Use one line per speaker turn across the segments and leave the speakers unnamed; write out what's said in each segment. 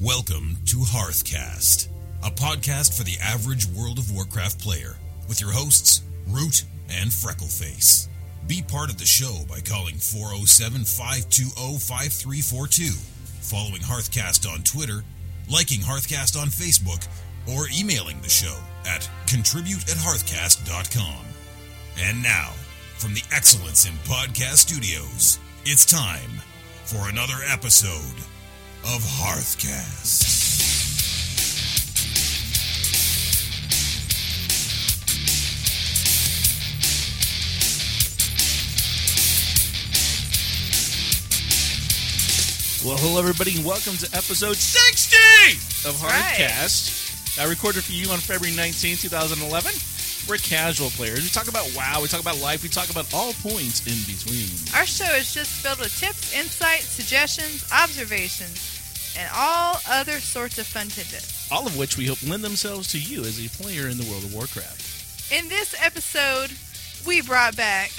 Welcome to Hearthcast, a podcast for the average World of Warcraft player, with your hosts, Root and Freckleface. Be part of the show by calling 407 520 5342, following Hearthcast on Twitter, liking Hearthcast on Facebook, or emailing the show at contribute at hearthcast.com. And now, from the Excellence in Podcast Studios, it's time for another episode of Hearthcast.
Well, hello everybody, and welcome to episode 60 of
right.
Hardcast. I recorded for you on February 19, 2011. We're casual players. We talk about WoW, we talk about life, we talk about all points in between.
Our show is just filled with tips, insights, suggestions, observations, and all other sorts of fun tidbits.
All of which we hope lend themselves to you as a player in the World of Warcraft.
In this episode, we brought back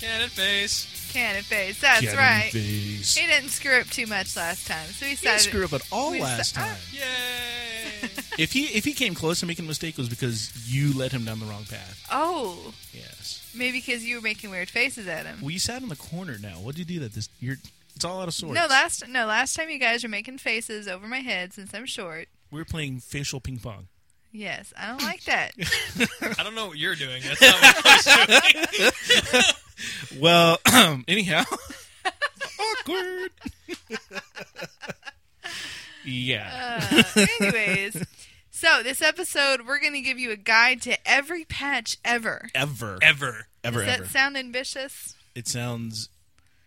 Cannon face.
Cannon Face. That's right. He didn't screw up too much last time, so we
He didn't
decided.
screw up at all
we uh,
last
decided-
time.
Yay!
if he if he came close to making a mistake, it was because you led him down the wrong path.
Oh,
Yes.
maybe because you were making weird faces at him.
Well, you sat in the corner now. What'd you do that this? You're, it's all out of sorts.
No, last no last time you guys were making faces over my head since I'm short.
we were playing facial ping pong.
Yes, I don't like that.
I don't know what you're doing. That's not what I was doing.
Well, anyhow, awkward. yeah.
Uh, anyways, so this episode we're going to give you a guide to every patch ever.
ever,
Ever.
ever,
Does that sound ambitious?
it sounds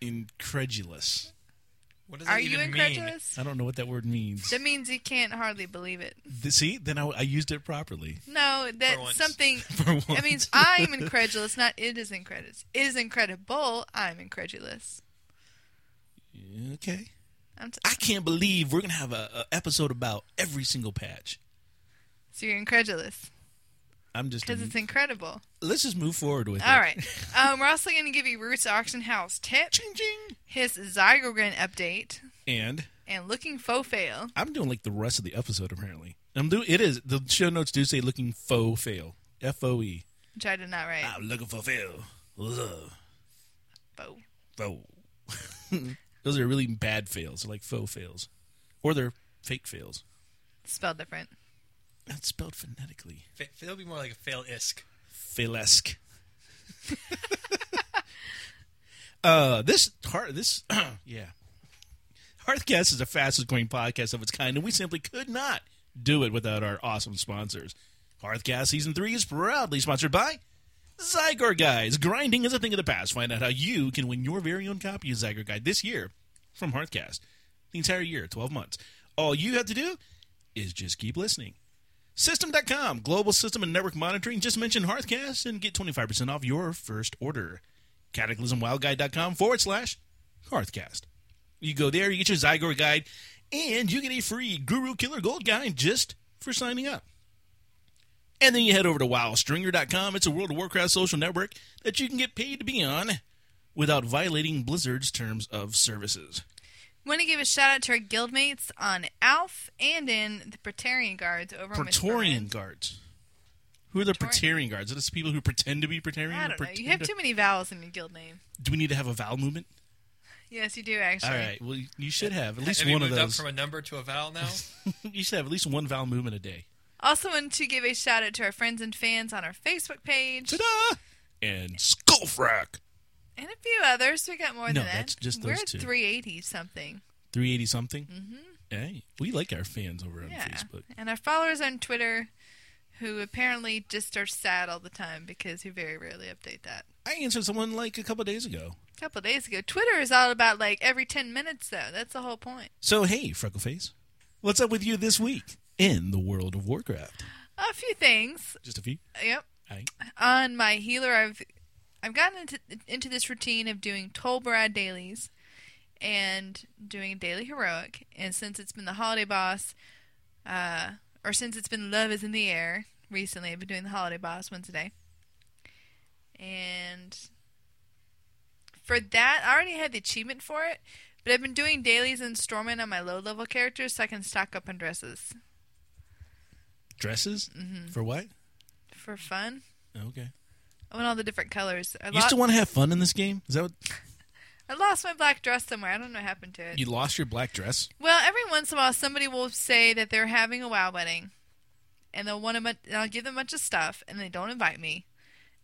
incredulous.
What does
Are
that
you
even mean?
incredulous?
I don't know what that word means.
That means you can't hardly believe it.
Th- See, then I, I used it properly.
No, that's
once.
something.
For once.
That means I'm incredulous, not it is incredulous. It is incredible. I'm incredulous.
okay.
I'm t-
I can't believe we're gonna have a, a episode about every single patch.
so you're incredulous
I'm just.
because it's incredible.
let's just move forward with it.
All right. Um, we're also going to give you Roots Auction House tip,
Ching ching.
his Zygorgan update,
And
and looking faux fail.
I'm doing like the rest of the episode apparently. I'm doing. It is the show notes do say looking faux fail. F O E.
Which I did not write.
I'm looking for Phil. Ugh.
Faux.
Faux. Those are really bad fails. They're like faux fails. Or they're fake fails.
Spelled different.
That's spelled phonetically.
Fa- It'll be more like a fail isk.
Failesque. uh, this heart, this, yeah. Hearthcast is the fastest growing podcast of its kind, and we simply could not do it without our awesome sponsors. Hearthcast Season 3 is proudly sponsored by Zygar Guides. Grinding is a thing of the past. Find out how you can win your very own copy of Zygar Guide this year from Hearthcast. The entire year, 12 months. All you have to do is just keep listening. System.com, global system and network monitoring. Just mention Hearthcast and get 25% off your first order. CataclysmWildGuide.com forward slash Hearthcast. You go there, you get your Zygor guide, and you get a free Guru Killer Gold guide just for signing up. And then you head over to WoWStringer.com. It's a World of Warcraft social network that you can get paid to be on without violating Blizzard's terms of services.
Want to give a shout out to our guildmates on Alf and in the Praetorian Guards over on
Praetorian
Mitchell
guards. Who are the
Praetor-
Praetorian guards? Are those people who pretend to be Praetorian?
Rand. I
or
don't know. You
pretend
have
to-
too many vowels in your guild name.
Do we need to have a vowel movement?
Yes, you do actually.
All right. Well, you should have at least
Have you
one of
moved
those.
up from a number to a vowel now?
you should have at least one vowel movement a day.
Also, want to give a shout out to our friends and fans on our Facebook page
Ta-da! And Skullfrack.
and a few others. We got more
No,
than that.
that's just
We're
those
at
two.
380 something.
380 something. Mm-hmm. Hey, we like our fans over on
Yeah.
Facebook.
And our followers on Twitter, who apparently just are sad all the time because we very rarely update that.
I answered someone like a couple days ago.
A couple of days ago, Twitter is all about like every 10 minutes though. That's the whole point.
So, hey, Freckleface, what's up with you this week in the world of Warcraft?
A few things.
Just a few.
Yep.
Aye.
on my healer i've i've gotten into into this routine of doing tolbrad dailies and doing a daily heroic and since it's been the holiday boss uh or since it's been love is in the air recently i've been doing the holiday boss once a day and for that i already had the achievement for it But I've been doing dailies and storming on my low level characters so I can stock up on dresses.
Dresses for what?
For fun?
Okay.
I want all the different colors. I,
You
lo-
still want to have fun in this game? Is that what
I lost my black dress somewhere. I don't know what happened to it.
you lost your black dress?
Well, every once in a while, somebody will say that they're having a WoW wedding, and they'll want a bunch, and I'll give them a bunch of stuff, and they don't invite me,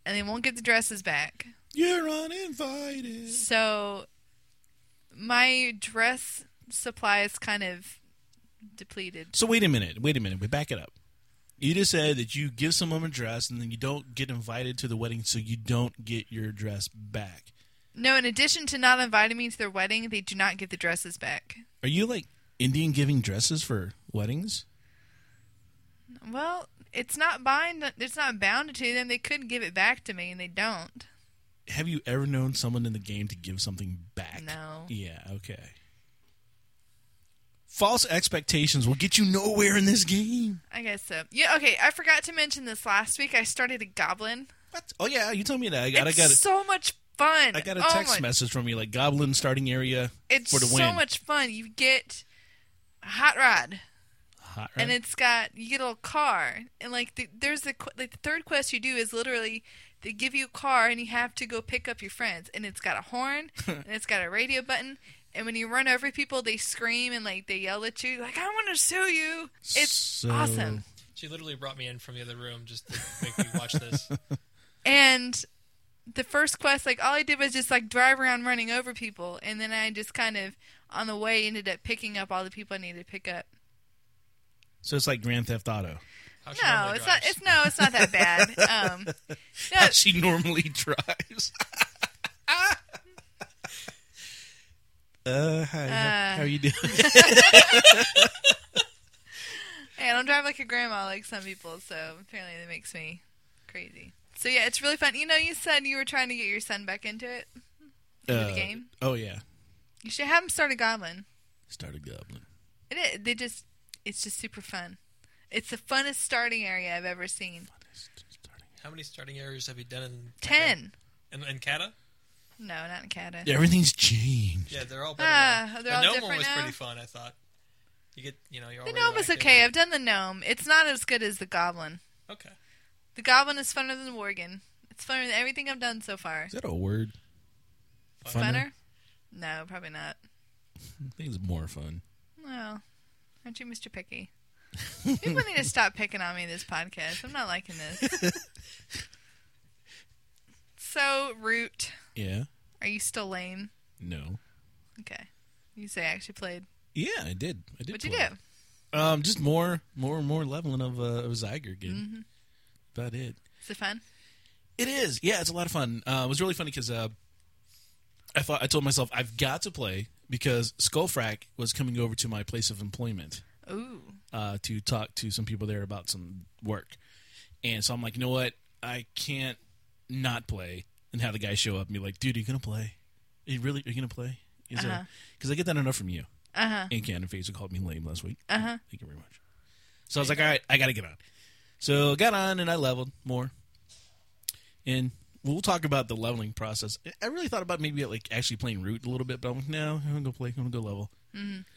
and they won't get the dresses back.
You're uninvited.
So, my dress supply is kind of depleted.
So wait a minute. Wait a minute. We back it up. You just said that you give someone a dress and then you don't get invited to the wedding, so you don't get your dress back.
No, in addition to not inviting me to their wedding, they do not give the dresses back.
Are you like Indian giving dresses for weddings?
Well, it's not bind. It's not bound to them. They could give it back to me, and they don't.
Have you ever known someone in the game to give something back?
No.
Yeah, okay. False expectations will get you nowhere in this game.
I guess so. Yeah. Okay. I forgot to mention this last week. I started a goblin.
What? Oh yeah, you told me that. I got, I
it's
got, a,
so much fun.
I got a
Oh
text
my-
message from you like Goblin starting area
It's
for the win.
so much fun. You get a hot rod,
Hot, right?
and it's got you get a little car, and like the, there's the qu- like the third quest you do is literally they give you a car, and you have to go pick up your friends, and it's got a horn, and it's got a radio button. And when you run over people, they scream and like they yell at you, like "I want to sue you." It's
So-
awesome.
She literally brought me in from the other room just to make me watch this.
And the first quest, like all I did was just like drive around running over people, and then I just kind of on the way ended up picking up all the people I needed to pick up.
So it's like Grand Theft Auto.
How she
No,
normally
it's not.
drives.
It's no, it's not that bad. Um, no,
she normally drives. uh, hi.
Uh.
how are you doing?
I don't drive like a grandma like some people, so apparently that makes me crazy. So yeah, it's really fun. You know, you said you were trying to get your son back into it, into the
Uh,
game.
Oh yeah,
You should have him start a goblin.
start a goblin.
It is. They just, it's just super fun. It's the funnest starting area I've ever seen.
How many starting areas have you done in
Ten.
in, in Kata?
No, not in Canada.
Everything's changed.
Yeah, they're all better.
Ah,
now.
they're all
the gnome
different
one was
now?
pretty fun. I thought. You get, you know, you're
The
already
gnome is
like,
okay. I've done the gnome. It's not as good as the goblin.
Okay.
The goblin is funner than the worgen. It's funner than everything I've done so far.
Is that a word?
Funner? No, probably not.
I think it's more fun.
Well, aren't you Mr. Picky? People need to stop picking on me in this podcast. I'm not liking this. so, Root,
Yeah.
are you still lame?
No.
Okay. You say I actually played.
Yeah, I did. I did.
What'd you
play.
do?
Um, just more, more, more leveling of uh, of Zyger game.
Mm-hmm.
About it.
Is it fun?
It is. Yeah, it's a lot of fun. Uh, it was really funny because uh, I thought I told myself I've got to play because Skullfrack was coming over to my place of employment
Ooh.
uh, to talk to some people there about some work, and so I'm like, you know what? I can't not play and have the guy show up and be like, dude, are you gonna play? Are you really are you gonna play? Because I get that enough from you.
Uh huh.
And Cannon Phaser called me lame last week.
Uh-huh.
Thank you very much. So I was like, all right, I got to get on. So I got on and I leveled more. And we'll talk about the leveling process. I- I really thought about maybe like actually playing Root a little bit, but I'm like, no, I'm going to go play. I'm going to go level.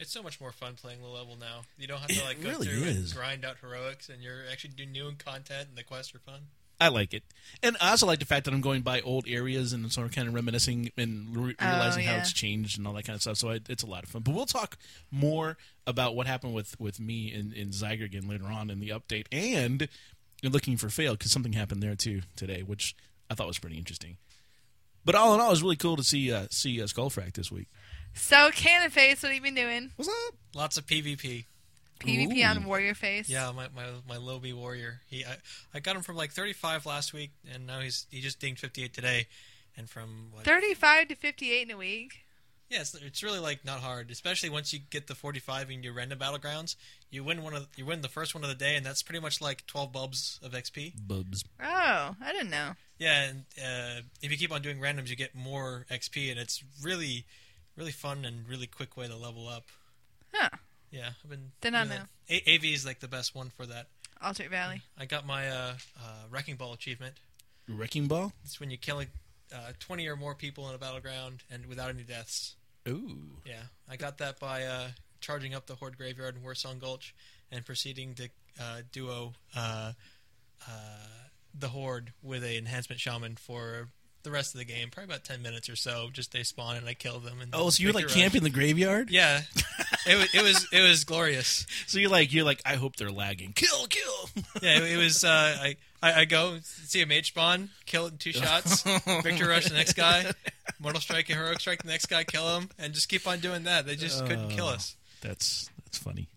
It's so much more fun playing low level now. You don't have to
It
like go
really
through
is.
and grind out heroics, and you're actually doing new content, and the quests are fun.
I like it. And I also like the fact that I'm going by old areas and sort of kind of reminiscing and re-
Oh,
realizing how
yeah.
it's changed and all that kind of stuff. So I, it's a lot of fun. But we'll talk more about what happened with, with me and, and Zyger again later on in the update and you're looking for fail because something happened there too today, which I thought was pretty interesting. But all in all, it was really cool to see uh, see uh, Skullfrack this week.
So, Cannon Face, what have you been doing?
What's up?
Lots of PvP.
PvP on
Ooh.
Warrior Face?
Yeah, my my, my Lobie warrior. He I, I got him from like 35 last week, and now he's he just dinged 58 today, and from what?
35 to 58 in a week.
Yeah, it's, it's really like not hard, especially once you get the 45 and you random battlegrounds. You win one of you win the first one of the day, and that's pretty much like 12 bulbs of XP.
Bubs.
Oh, I didn't know.
Yeah, and uh, if you keep on doing randoms, you get more XP, and it's really, really fun and really quick way to level up.
Huh.
Yeah, I've been.
Did not
doing
know.
that. A- AV is like the best one for that.
Alternate Valley.
I got my uh, uh, wrecking ball achievement.
Wrecking Ball?
It's when you kill uh, 20 or more people in a battleground and without any deaths.
Ooh.
Yeah, I got that by uh, charging up the Horde Graveyard in Warsong Gulch and proceeding to uh, duo uh, uh, the Horde with a enhancement shaman for the rest of the game, probably about ten minutes or so. Just they spawn and I kill them. And
Oh, so you're
make
like
the rush.
camping the graveyard?
Yeah, it, wa- it was it was glorious.
So you're like you're like I hope they're lagging. Kill, kill.
Yeah, it, it was. Uh, I, I I go see a mage spawn, kill it in two shots. Victor rush the next guy, mortal strike and heroic strike the next guy, kill him, and just keep on doing that. They just couldn't kill us.
That's that's funny.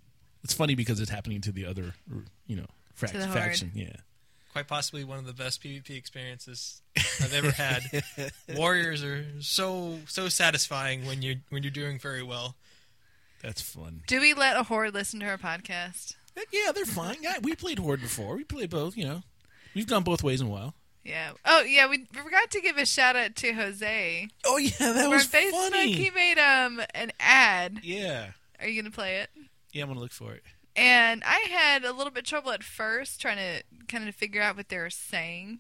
It's funny because it's happening to the other, you know, frac-
To the horde.
faction. Yeah.
Quite possibly one of the best PvP experiences I've ever had. Warriors are so so satisfying when you when you're doing very well.
That's fun.
Do we let a whore listen to our podcast?
Yeah, they're fine. Yeah, we played horde before. We played both. You know, we've gone both ways in a while.
Yeah. Oh, yeah. We forgot to give a shout out to Jose.
Oh yeah, that
For Facebook, he made um an ad.
Yeah,
Are you gonna play it?
yeah, I'm gonna look for it.
And I had a little bit trouble at first trying to kind of figure out what they were saying.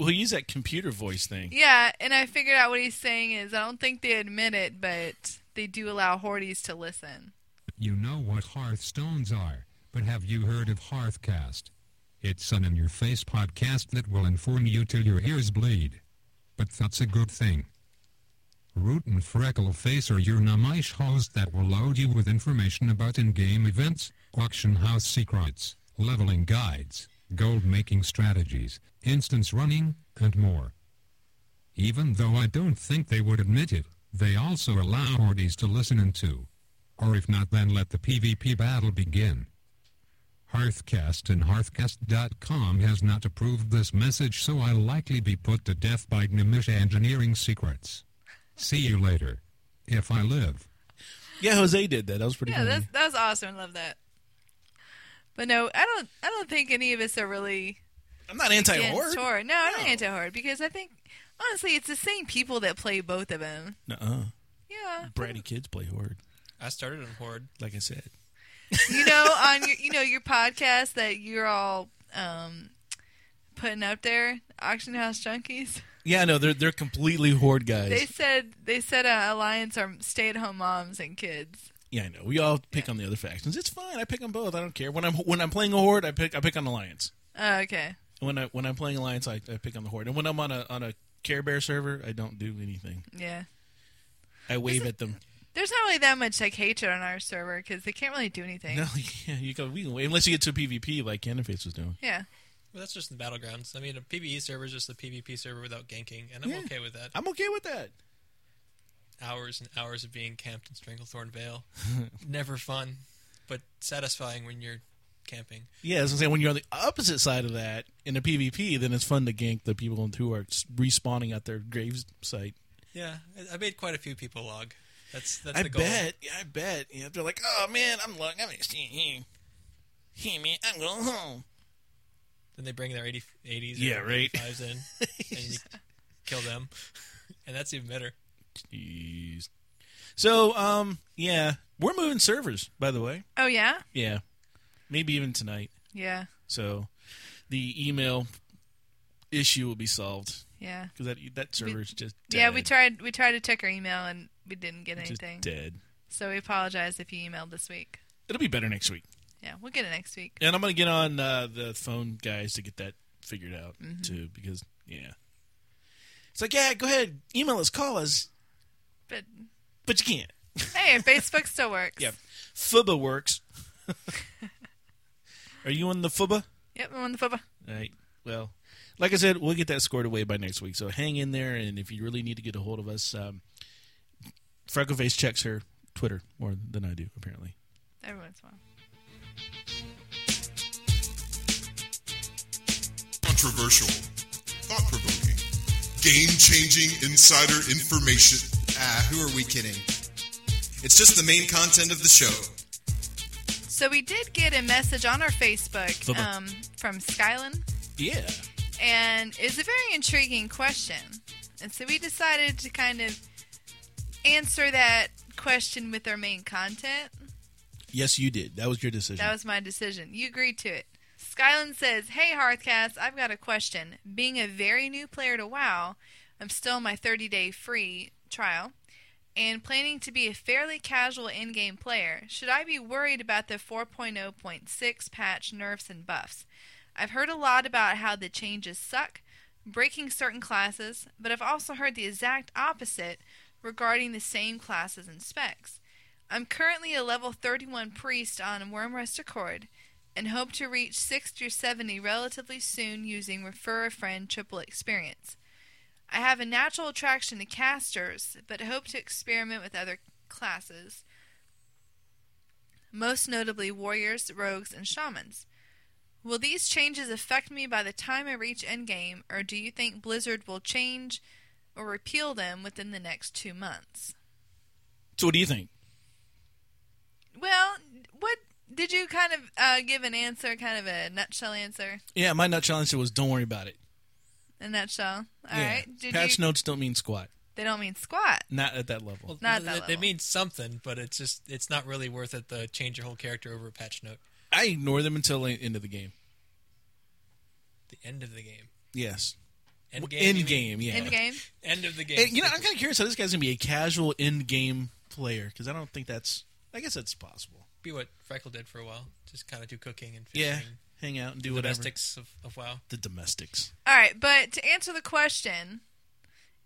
We'll use that computer voice thing.
Yeah, and I figured out what he's saying is I don't think they admit it, but they do allow Horties to listen.
You know what Hearthstones are, but have you heard of Hearthcast? It's an in your face podcast that will inform you till your ears bleed. But that's a good thing. Root and Freckleface are your namish hosts that will load you with information about in game events, auction house secrets, leveling guides, gold making strategies, instance running, and more. Even though I don't think they would admit it, they also allow Hordes to listen into. Or if not, then let the PvP battle begin. Hearthcast and Hearthcast.com has not approved this message, so I'll likely be put to death by Gnomish engineering secrets. See you later. If I live.
Yeah, Jose did that. That was pretty
Yeah,
funny.
that's that was awesome. I love that. But no, I don't I don't think any of us are really
I'm not anti
against
horde.
horde. No, I'm not anti horde because I think honestly it's the same people that play both of them.
Nuh-uh.
Yeah,
Bratty kids play horde.
I started on Horde.
Like I said,
you know on your you know your podcast that you're all um, putting up there, auction house junkies.
yeah, no, they're they're completely horde guys.
They said they said uh, alliance are stay at home moms and kids.
Yeah, I know. We all pick on the other factions. It's fine. I pick on both. I don't care. When I'm when I'm playing a horde, I pick I pick on alliance.
Oh, okay,
And When I when I'm playing alliance, I, I pick on the horde. And when I'm on a on a Care Bear server, I don't do anything.
yeah.
I wave at them.
There's not really that much like hatred on our server because they can't really do anything.
No, yeah, you go. We can wave unless you get to PvP like Canaface was doing.
Yeah,
Well, that's just the battlegrounds. I mean, a PVE server is just a PvP server without ganking, and I'm
Yeah.
okay with that.
I'm okay with that.
Hours and hours of being camped in Stranglethorn Vale, never fun, but satisfying when you're camping.
Yeah, as I say, when you're on the opposite side of that in a PvP, then it's fun to gank the people who are s- respawning at their grave site.
Yeah, I, I made quite a few people log. That's that's
I
the goal.
bet. Yeah, I bet. You know, they're like, oh man, I'm lucky. I'm here. Hey man, I'm going home.
Then they bring their 80, 80s
Yeah,
or
right.
85s in, and you kill them, and that's even better.
Jeez. So, um, yeah, we're moving servers, by the way.
Oh yeah,
Yeah, maybe even tonight.
yeah,
So, the email issue will be solved
yeah,
because that that server is just dead.
yeah. We tried. We tried to check our email and we didn't get
just
anything.
dead.
So we apologize if you emailed this week.
It'll be better next week,
Yeah, we'll get it next week.
and I'm gonna get on uh, the phone guys to get that figured out
Mm-hmm.
too because yeah, it's like yeah, go ahead, email us, call us,
But
but you can't.
hey, Facebook still works.
Yeah, FUBA works. Are you on the FUBA?
Yep, I'm on the football.
All right. Well, like I said, we'll get that scored away by next week. So hang in there, and if you really need to get a hold of us, um, Freckleface checks her Twitter more than I do, apparently.
Every once in a while.
Controversial, thought provoking, game changing insider information.
Ah, who are we kidding? It's just the main content of the show.
So we did get a message on our Facebook
Football.
um, from Skyland,
Yeah.
and it's a very intriguing question. And so we decided to kind of answer that question with our main content.
Yes, you did. That was your decision.
That was my decision. You agreed to it. Skyland says, Hey, Hearthcast, I've got a question. Being a very new player to WoW, I'm still on my 30 day free trial, and planning to be a fairly casual in game player, should I be worried about the 4.0.6 patch nerfs and buffs? I've heard a lot about how the changes suck, breaking certain classes, but I've also heard the exact opposite regarding the same classes and specs. I'm currently a level 31 priest on Wormrest Accord and hope to reach 60 or 70 relatively soon using Refer a Friend triple experience. I have a natural attraction to casters, but hope to experiment with other classes, most notably warriors, rogues, and shamans. Will these changes affect me by the time I reach endgame, or do you think Blizzard will change or repeal them within the next two months?
So what do you think?
Well, what did you kind of uh, give an answer, kind of a nutshell answer?
Yeah, my nutshell answer was don't worry about it.
A nutshell. All right.
yeah.
Did
Patch
you,
notes don't mean squat.
They don't mean squat.
Not at that level.
Not at
they,
that
they
level.
mean something, but it's just it's not really worth it to change your whole character over a patch note.
I ignore them until the end of the game.
The end of the game.
Yes.
End game. you
End
mean?
game, yeah.
End game.
End of the game.
And, you know, I'm kind of curious how this guy's going to be a casual end game player because I don't think that's. I guess that's possible.
be what Freckle did for a while. Just kind of do cooking and fishing.
Yeah. Hang out and do whatever.
Domestics of, of WoW.
The domestics.
All right, but to answer the question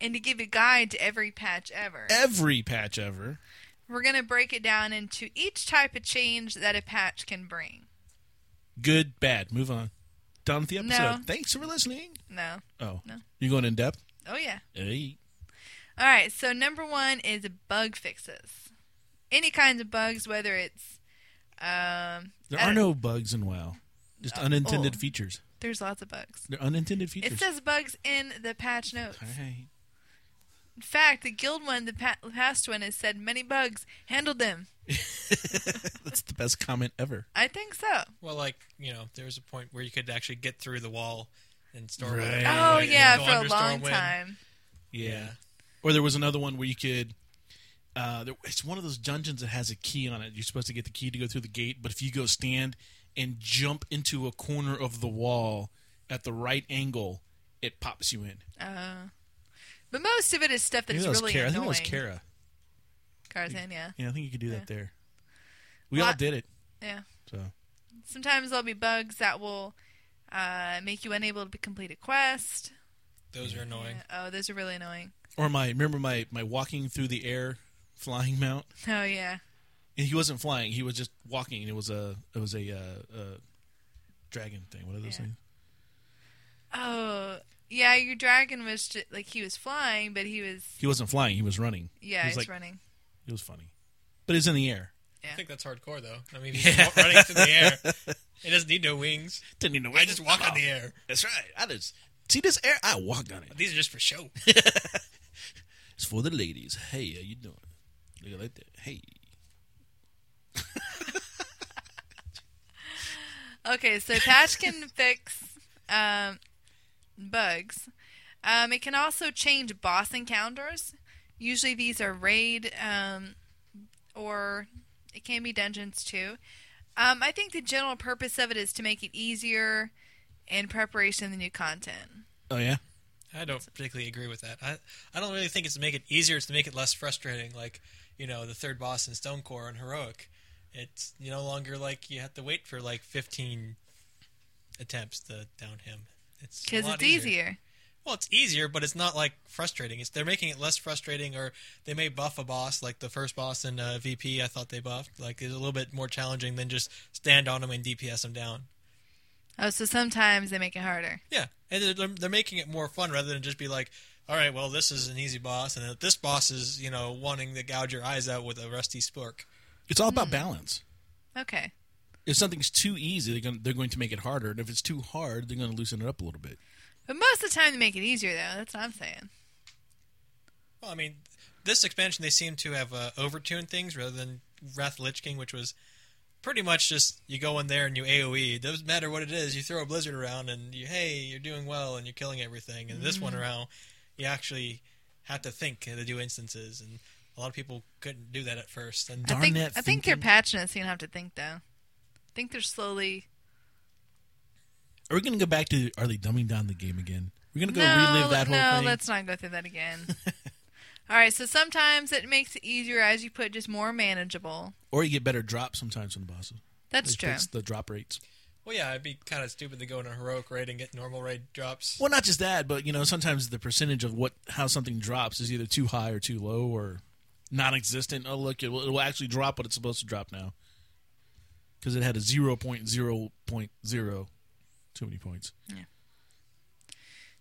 and to give a guide to every patch ever,
Every patch ever.
we're going to break it down into each type of change that a patch can bring.
Good, bad. Move on. Done with the episode.
No.
Thanks for listening.
No.
Oh.
No.
You going in depth?
Oh, yeah.
Hey.
All right, so number one is bug fixes. Any kinds of bugs, whether it's. Um,
There are
I don't-
no bugs in WoW. Just unintended
oh.
features.
There's lots of bugs.
They're unintended features.
It says bugs in the patch notes.
All right.
In fact, the guild one, the pa- past one, has said many bugs. Handled them.
That's the best comment ever.
I think so.
Well, like you know, there was a point where you could actually get through the wall in Stormwind.
Right.
and,
Oh,
like,
yeah,
go
for a
under
long
Stormwind.
time.
Yeah.
Or there was another one where you could. Uh, there, it's one of those dungeons that has a key on it. You're supposed to get the key to go through the gate, but if you go stand and jump into a corner of the wall at the right angle, it pops you in.
Uh, but most of it is stuff that
I think
is
that was
really
Kara. I think
annoying.
that was Kara.
Tarzan, yeah.
Yeah, I think you could do that there. We
Well,
all
I-
did it.
Yeah.
So
Sometimes there'll be bugs that will uh, make you unable to complete a quest.
Those are annoying.
Oh, those are really annoying.
or my remember my my walking through the air flying mount.
Oh, yeah.
And he wasn't flying. He was just walking. It was a it was a uh, uh, dragon thing. What are those
Yeah.
things?
Oh, yeah, your dragon was ju- like he was flying, but he was.
He wasn't flying. He was running.
Yeah,
he
he's
was like,
running.
It was funny, but it's in the air.
I think that's hardcore, though. I mean, if you're running through the air, it doesn't need no wings.
Didn't even know.
I just walk on the air.
That's right. I just see this air. I walked on it.
These are just for show.
It's for the ladies. Hey, how you doing? Look at like that. Hey,
Okay, so patch can fix um, bugs. Um, it can also change boss encounters. Usually these are raid, um, or it can be dungeons too. Um, I think the general purpose of it is to make it easier in preparation of the new content.
oh yeah.
I don't particularly agree with that. I I don't really think it's to make it easier. It's to make it less frustrating. Like you know, the third boss in Stonecore and heroic, it's you no longer like you have to wait for like fifteen attempts to down him. It's a
Because
lot
it's easier.
Well, it's easier, but it's not like frustrating. It's they're making it less frustrating, or they may buff a boss like the first boss in uh, VP. I thought they buffed like it's a little bit more challenging than just stand on him and DPS him down.
Oh, so sometimes they make it harder.
Yeah, and they're- they're, they're making it more fun rather than just be like, all right, well, this is an easy boss, and this boss is, you know, wanting to gouge your eyes out with a rusty spork.
It's all
Hmm.
about balance.
Okay.
If something's too easy, they're going, they're going to make it harder, and if it's too hard, they're going to loosen it up a little bit.
But most of the time they make it easier, though. That's what I'm saying.
Well, I mean, this expansion they seem to have uh, overtuned things rather than Wrath of Lich King, which was pretty much just you go in there and you AOE. It doesn't matter what it is. You throw a blizzard around and you, hey, you're doing well and you're killing everything. And this
Mm-hmm.
one around, you actually have to think to do instances, and a lot of people couldn't do that at first. And
I
Darn
think
that
I think they're
thinking.
patching it, so you don't have to think, though. I think they're slowly.
Are we going to go back to? Are they dumbing down the game again? We're going to go
no,
relive that whole
no,
thing.
let's not go through that again. All right, so sometimes it makes it easier, as you put, just more manageable.
Or you get better drops sometimes from the bosses.
That's
They
true.
fix the drop rates.
Well, yeah, it'd be kind of stupid to go in a heroic raid and get normal raid drops.
Well, not just that, but you know, sometimes the percentage of what how something drops is either too high or too low or non-existent. Oh, look, it will, it will actually drop what it's supposed to drop now because it had a zero point zero point zero. Too many points.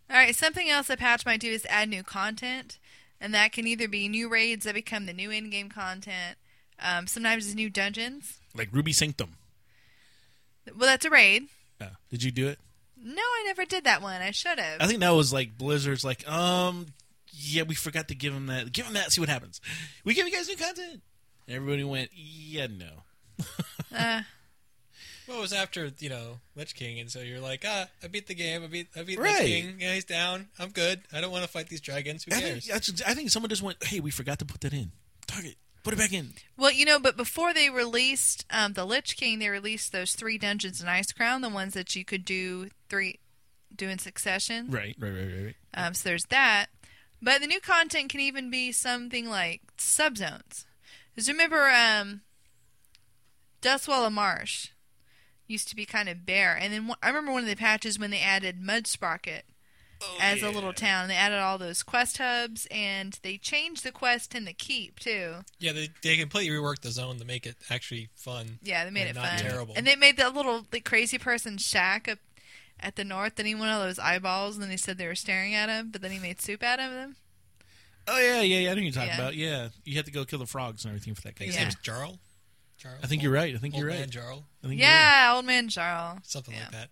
All right, something else a patch might do is add new content, and that can either be new raids that become the new in-game content. Um, sometimes it's new dungeons.
Like Ruby Sanctum.
Well, that's a raid.
Yeah. Did you do it?
No, I never did that one. I should have.
I think that was like Blizzard's. Like, um, yeah, we forgot to give him that. Give him that. See what happens. We give you guys new content. And everybody went, yeah, no.
Well, it was after you know Lich King, and so you're like, ah, I beat the game. I beat, I beat
Right.
Lich King. Yeah, he's down. I'm good. I don't want to fight these dragons. Who
I
cares?
think, that's- I think someone just went, hey, we forgot to put that in. Target, put it back in.
Well, you know, but before they released um, the Lich King, they released those three dungeons in Ice Crown, the ones that you could do three, do in succession.
Right, right, right, right. right.
Um, so there's that. But the new content can even be something like subzones. Because remember, um, Dustwalla Marsh used to be kind of bare, and then one- I remember one of the patches when they added Mudsprocket
Oh,
as a little town. They added all those quest hubs, and they changed the quest and the keep too.
Yeah, they, they completely reworked the zone to make it actually fun.
Yeah, they made
and
it
not
fun.
terrible.
And they made that little like, crazy person shack up at the north. Then he went all those eyeballs, and then he said they were staring at him. But then he made soup out of them.
Oh yeah, yeah, yeah. I know what you're talking
Yeah.
about. Yeah, you have to go kill the frogs and everything for that
I think
guy.
his
Yeah.
name's Jarl. Jarl.
I think you're right. I think
Old
you're
man
right.
Jarl.
I think
Yeah, old man Jarl.
Something
Yeah.
like that.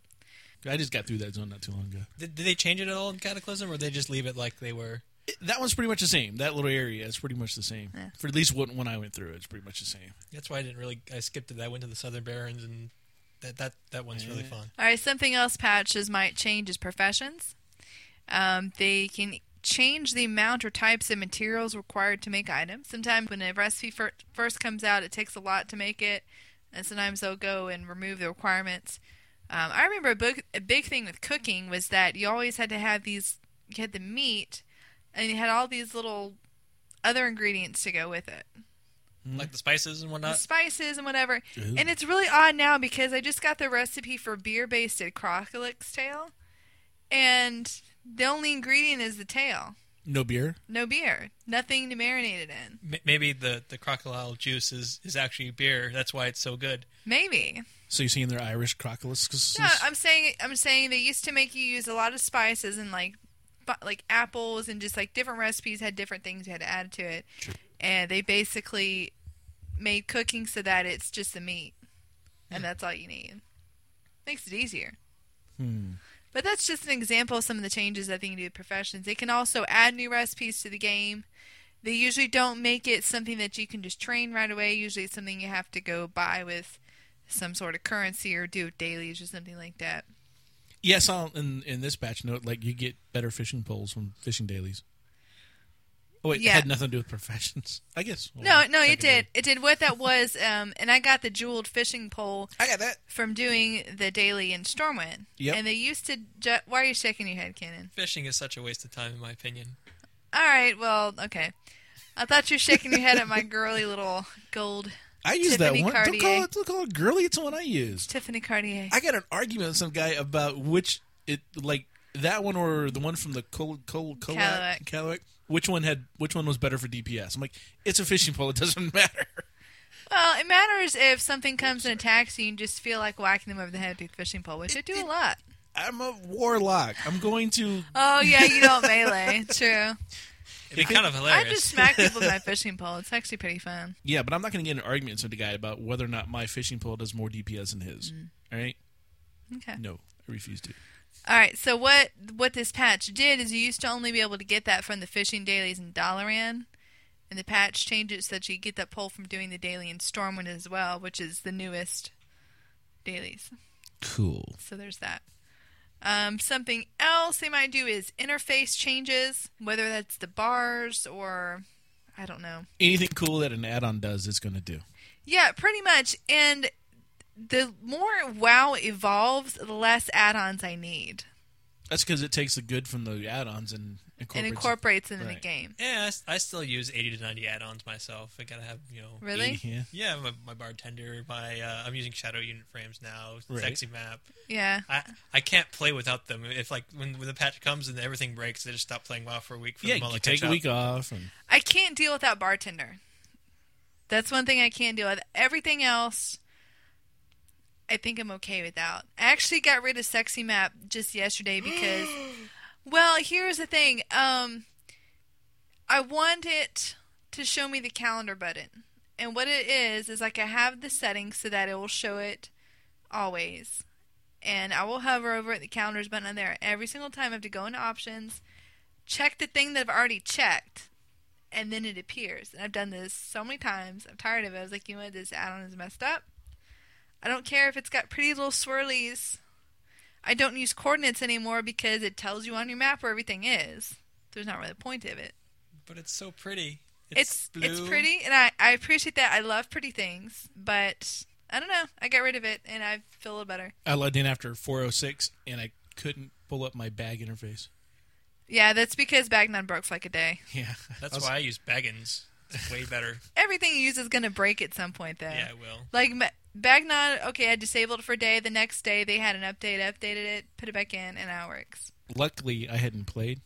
you're right. I just got through that zone not too long ago.
Did, did they change it at all in Cataclysm, or they just leave it like they were?
It- that one's pretty much the same. That little area is pretty much the same. For at least when, when I went through, it, it's pretty much the same.
That's why I didn't really. I skipped it. I went to the Southern Barrens, and that that that one's really
Mm-hmm.
fun.
All right, something else patches might change is professions. Um, they can change the amount or types of materials required to make items. Sometimes when a recipe fir- first comes out, it takes a lot to make it, and sometimes they'll go and remove the requirements. Um, I remember a, book, a big thing with cooking was that you always had to have these, you had the meat, and you had all these little other ingredients to go with it
Like the spices and
the
whatnot.
spices and whatever. And it's really odd now because I just got the recipe for beer basted crocodil's tail, and the only ingredient is the tail.
No beer.
No beer, nothing to marinate it in.
M- Maybe the the crocodile juice is is actually beer. That's why it's so good.
Maybe.
So you're seeing their Irish crocolists?
No, I'm saying I'm saying they used to make you use a lot of spices and like bu- like apples and just like different recipes had different things you had to add to it, and they basically made cooking so that it's just the meat, and that's all you need. Makes it easier. But that's just an example of some of the changes that they can do with professions. They can also add new recipes to the game. They usually don't make it something that you can just train right away. Usually it's something you have to go buy with some sort of currency or do with dailies or something like that.
Yes, I'll, in in this batch note, like you get better fishing poles from fishing dailies. Oh wait,
Yeah.
it had nothing to do with professions. I guess. Well,
No, no, it
secondary.
did. It did. What that was, um, and I got the jeweled fishing pole
I got that.
from doing the daily in Stormwind.
Yep.
And they used to. Ju- Why are you shaking your head, Cannon?
Fishing is such a waste of time, in my opinion.
All right. Well, okay. I thought you were shaking your head at my girly little gold
I used
Tiffany
that one. Don't
Cartier.
call, it, don't call it girly. It's the one I used.
Tiffany Cartier.
I got an argument with some guy about which it like that one or the one from the cold cold cold
Callawag.
Callawag. Which one had which one was better for DPS? I'm like, it's a fishing pole. It doesn't matter.
Well, it matters if something comes and attacks you and you just feel like whacking them over the head with a fishing pole, which I do a lot.
I'm a warlock. I'm going to.
Oh, yeah, you don't melee. True.
It'd be kind of
I
hilarious.
just smack people with my fishing pole. It's actually pretty fun.
Yeah, but I'm not going to get in an argument with the guy about whether or not my fishing pole does more DPS than his. All right?
Okay.
No, I refuse to.
All right, so what what this patch did is you used to only be able to get that from the fishing dailies in Dalaran, and the patch changed it so that you get that pole from doing the daily in Stormwind as well, which is the newest dailies.
Cool.
So there's that. Um, something else they might do is interface changes, whether that's the bars or I don't know.
Anything cool that an add-on does, it's going to do.
Yeah, pretty much. And the more WoW evolves, the less add-ons I need.
That's because it takes the good from the add-ons and
and incorporates it in the
Oh, Right.
game.
Yeah, I s- I, still use 80 to 90 add-ons myself. I gotta have, you know...
Really?
Yeah.
Yeah, my, my bartender, my... Uh, I'm using shadow unit frames now,
Right.
sexy map.
Yeah.
I, I can't play without them. If, like, when, when the patch comes and everything breaks, they just stop playing WoW for a week for
Yeah,
them all
you
to
take
catch
a
up.
week off and
I can't deal with that bartender. That's one thing I can't deal with. Everything else, I think I'm okay without. I actually got rid of Sexy Map just yesterday because, well, here's the thing. Um, I want it to show me the calendar button. And what it is, is like I have the settings so that it will show it always. And I will hover over it, the calendars button on there. Every single time I have to go into options, check the thing that I've already checked and then it appears. And I've done this so many times. I'm tired of it. I was like, you know what, this add-on is messed up. I don't care if it's got pretty little swirlies. I don't use coordinates anymore because it tells you on your map where everything is. There's not really a point of it.
But it's so pretty.
It's
blue.
it's, pretty, and I, I appreciate that. I love pretty things, but I don't know. I got rid of it, and I feel a little better.
I logged in after 406 and I couldn't pull up my bag interface.
Yeah, that's because Bagnon broke for like a day.
Yeah.
That's
I was-
why I use Baggins. It's way better.
Everything you use is going to break at some point, though.
yeah, I will.
Like Ma- Bagnon, okay, I disabled it for a day. The next day, they had an update, updated it, put it back in, and now it works.
Luckily, I hadn't played.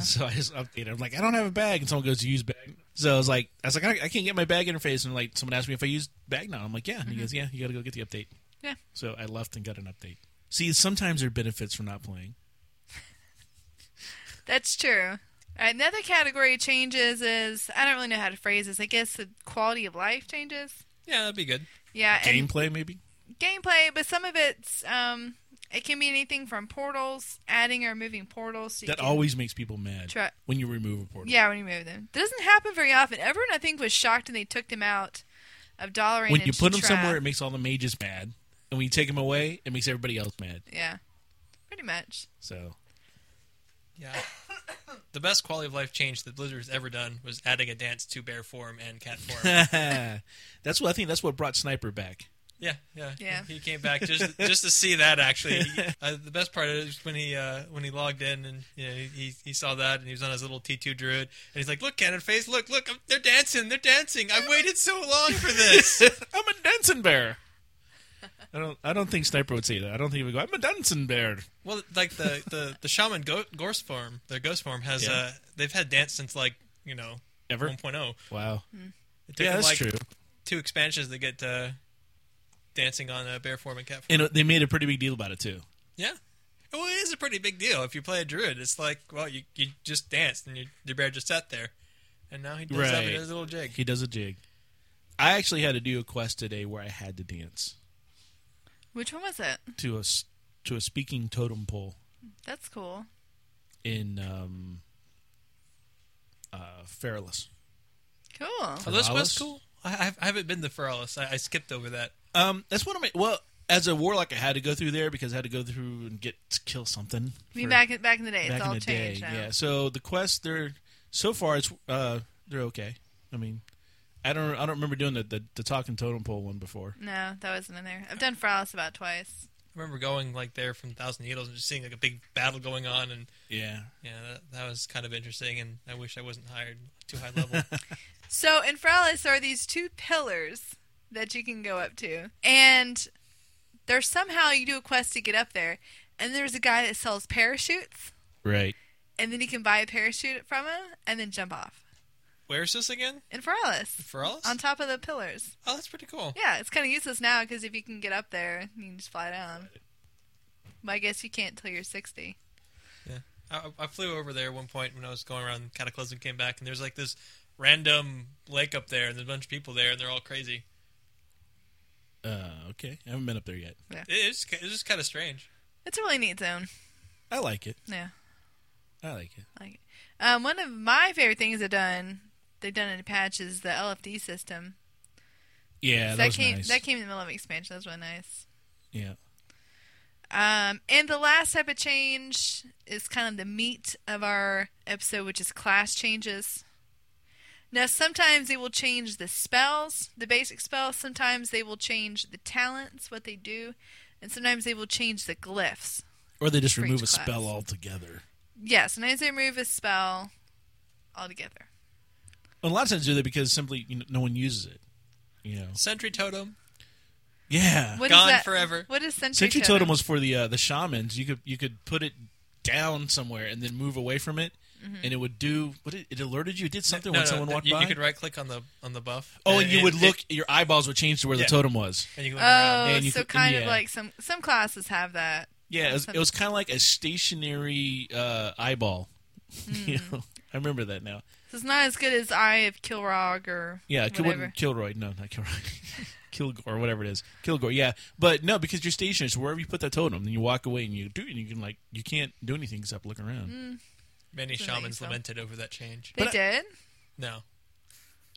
So I just updated. I'm like, I don't have a bag, and someone goes, "Use bag." So I was like, I was like, I, I can't get my bag interface, and like someone asked me if I used bag now. I'm like, yeah. And he goes, yeah, you got to go get the update.
Mm-hmm. Yeah.
So I left and got an update. See, sometimes there are benefits from not playing.
That's true. All right, another category of changes is I don't really know how to phrase this. I guess the quality of life changes.
Yeah, that'd be good.
Yeah, and
Gameplay, maybe.
gameplay, but some of it's um, it can be anything from portals, adding or moving portals. So you
That
can-
always makes people mad
Try-
when you remove a portal.
yeah, when you move them, that doesn't happen very often. Everyone I think was shocked when they took them out of Dalaran.
When
and
you put them
Chitra.
somewhere, it makes all the mages mad, and when you take them away, it makes everybody else mad.
yeah, pretty much.
So
Yeah. the best quality of life change that Blizzard's ever done was adding a dance to bear form and cat form.
that's what I think. That's what brought Sniper back.
yeah, yeah,
Yeah.
He came back just just to see that. Actually, He- uh, the best part is when he uh, when he logged in and you know, he he saw that and he was on his little T two druid and he's like, "Look, Cannon Face, look, look, I'm- they're dancing, they're dancing. I've waited so long for this."
I'm a dancing bear. I don't. I don't think Sniper would say that. I don't think he would go. I'm a dancing bear.
Well, like the the the shaman go- ghost form, their ghost form has
Yeah.
uh they've had dance since like you know
Ever?
1.0.
Wow.
It
Mm.
took
Yeah,
them,
that's
like
true.
two expansions to get uh, dancing on uh, bear form and cat form.
And it- they made a pretty big deal about it too.
yeah. Well, it is a pretty big deal if you play a druid. It's like, well, you you just danced and your your bear just sat there, and now he does up and
Right.
does a little jig.
He does a jig. I actually had to do a quest today where I had to dance
Which one was it?
to a s- to a speaking totem pole
That's cool.
in um, uh, Fairless.
Cool.
Are those
Feralis?
quests cool? I, I've- I haven't been to Feralis. I, I skipped over that.
Um, that's one of my well. As a warlock, I had to go through there because I had to go through and get to kill something.
I mean,
for-
back in back in the day, it's
back
all
in the
changed
day.
now.
Yeah. So the quest, they're so far it's uh they're okay. I mean, I don't I don't remember doing the the, the talking totem pole one before.
No, that wasn't in there. I've done Frost about twice.
I remember going like there from Thousand Needles and just seeing like a big battle going on and
Yeah.
Yeah, that, that was kind of interesting, and I wish I wasn't hired too high level.
So in Fralis are these two pillars that you can go up to, and there's somehow you do a quest to get up there, and there's a guy that sells parachutes,
Right.
and then you can buy a parachute from him and then jump off
Where's this again?
in Fralis
For us?
on top of the pillars.
oh, that's pretty cool.
Yeah, it's kind of useless now because if you can get up there, you can just fly down. Well, I guess you can't till you're 60.
I, I flew over there one point when I was going around Cataclysm, came back, and there's like this random lake up there, and there's a bunch of people there, and they're all crazy.
Uh, okay. I haven't been up there yet.
It, it's, ki- it's just kind of strange.
It's a really neat zone.
I like it.
Yeah.
I like it.
like it. Um, one of my favorite things they've done, they've done in a patch is the LFD system.
Yeah. That,
So that
was
came
nice.
that came in the middle of expansion. That was really nice.
yeah.
Um, and the last type of change is kind of the meat of our episode, which is class changes. Now, sometimes they will change the spells, the basic spells. Sometimes they will change the talents, what they do, and sometimes they will change the glyphs.
Or they just
For
remove a
each class.
spell altogether.
Yes, and I say remove a spell altogether.
Well, a lot of times do that because simply you know, no one uses it. You know.
Sentry totem.
Yeah.
What is
Gone
that?
forever.
What is sentry,
Sentry totem? was for the uh, the shamans. You could you could put it down somewhere and then move away from it,
Mm-hmm.
and it would do. What it, it alerted you. It did something when someone
th-
walked
you,
by.
you could right click on the on the buff.
oh, and you
it-
would
it-
look. your eyeballs would change to where
Yeah.
the totem was.
and you could
Oh,
look around.
and you
so
could-
kind
yeah.
of like some some classes have that.
Yeah, it was,
Some-
it was kind of like a stationary uh, eyeball. you know? I remember that now.
So it's not as good as Eye of Kilrog or
Yeah, Kil-
whatever.
Kilroy. No, not Kilroy. Kilgore, or whatever it is. Kilgore, yeah. But no, because you're stationary, so wherever you put that totem, then you walk away and you do and you can like you can't do anything except look around.
Many
Doesn't make
shamans
sense.
lamented over that change.
They
But I-
did.
No,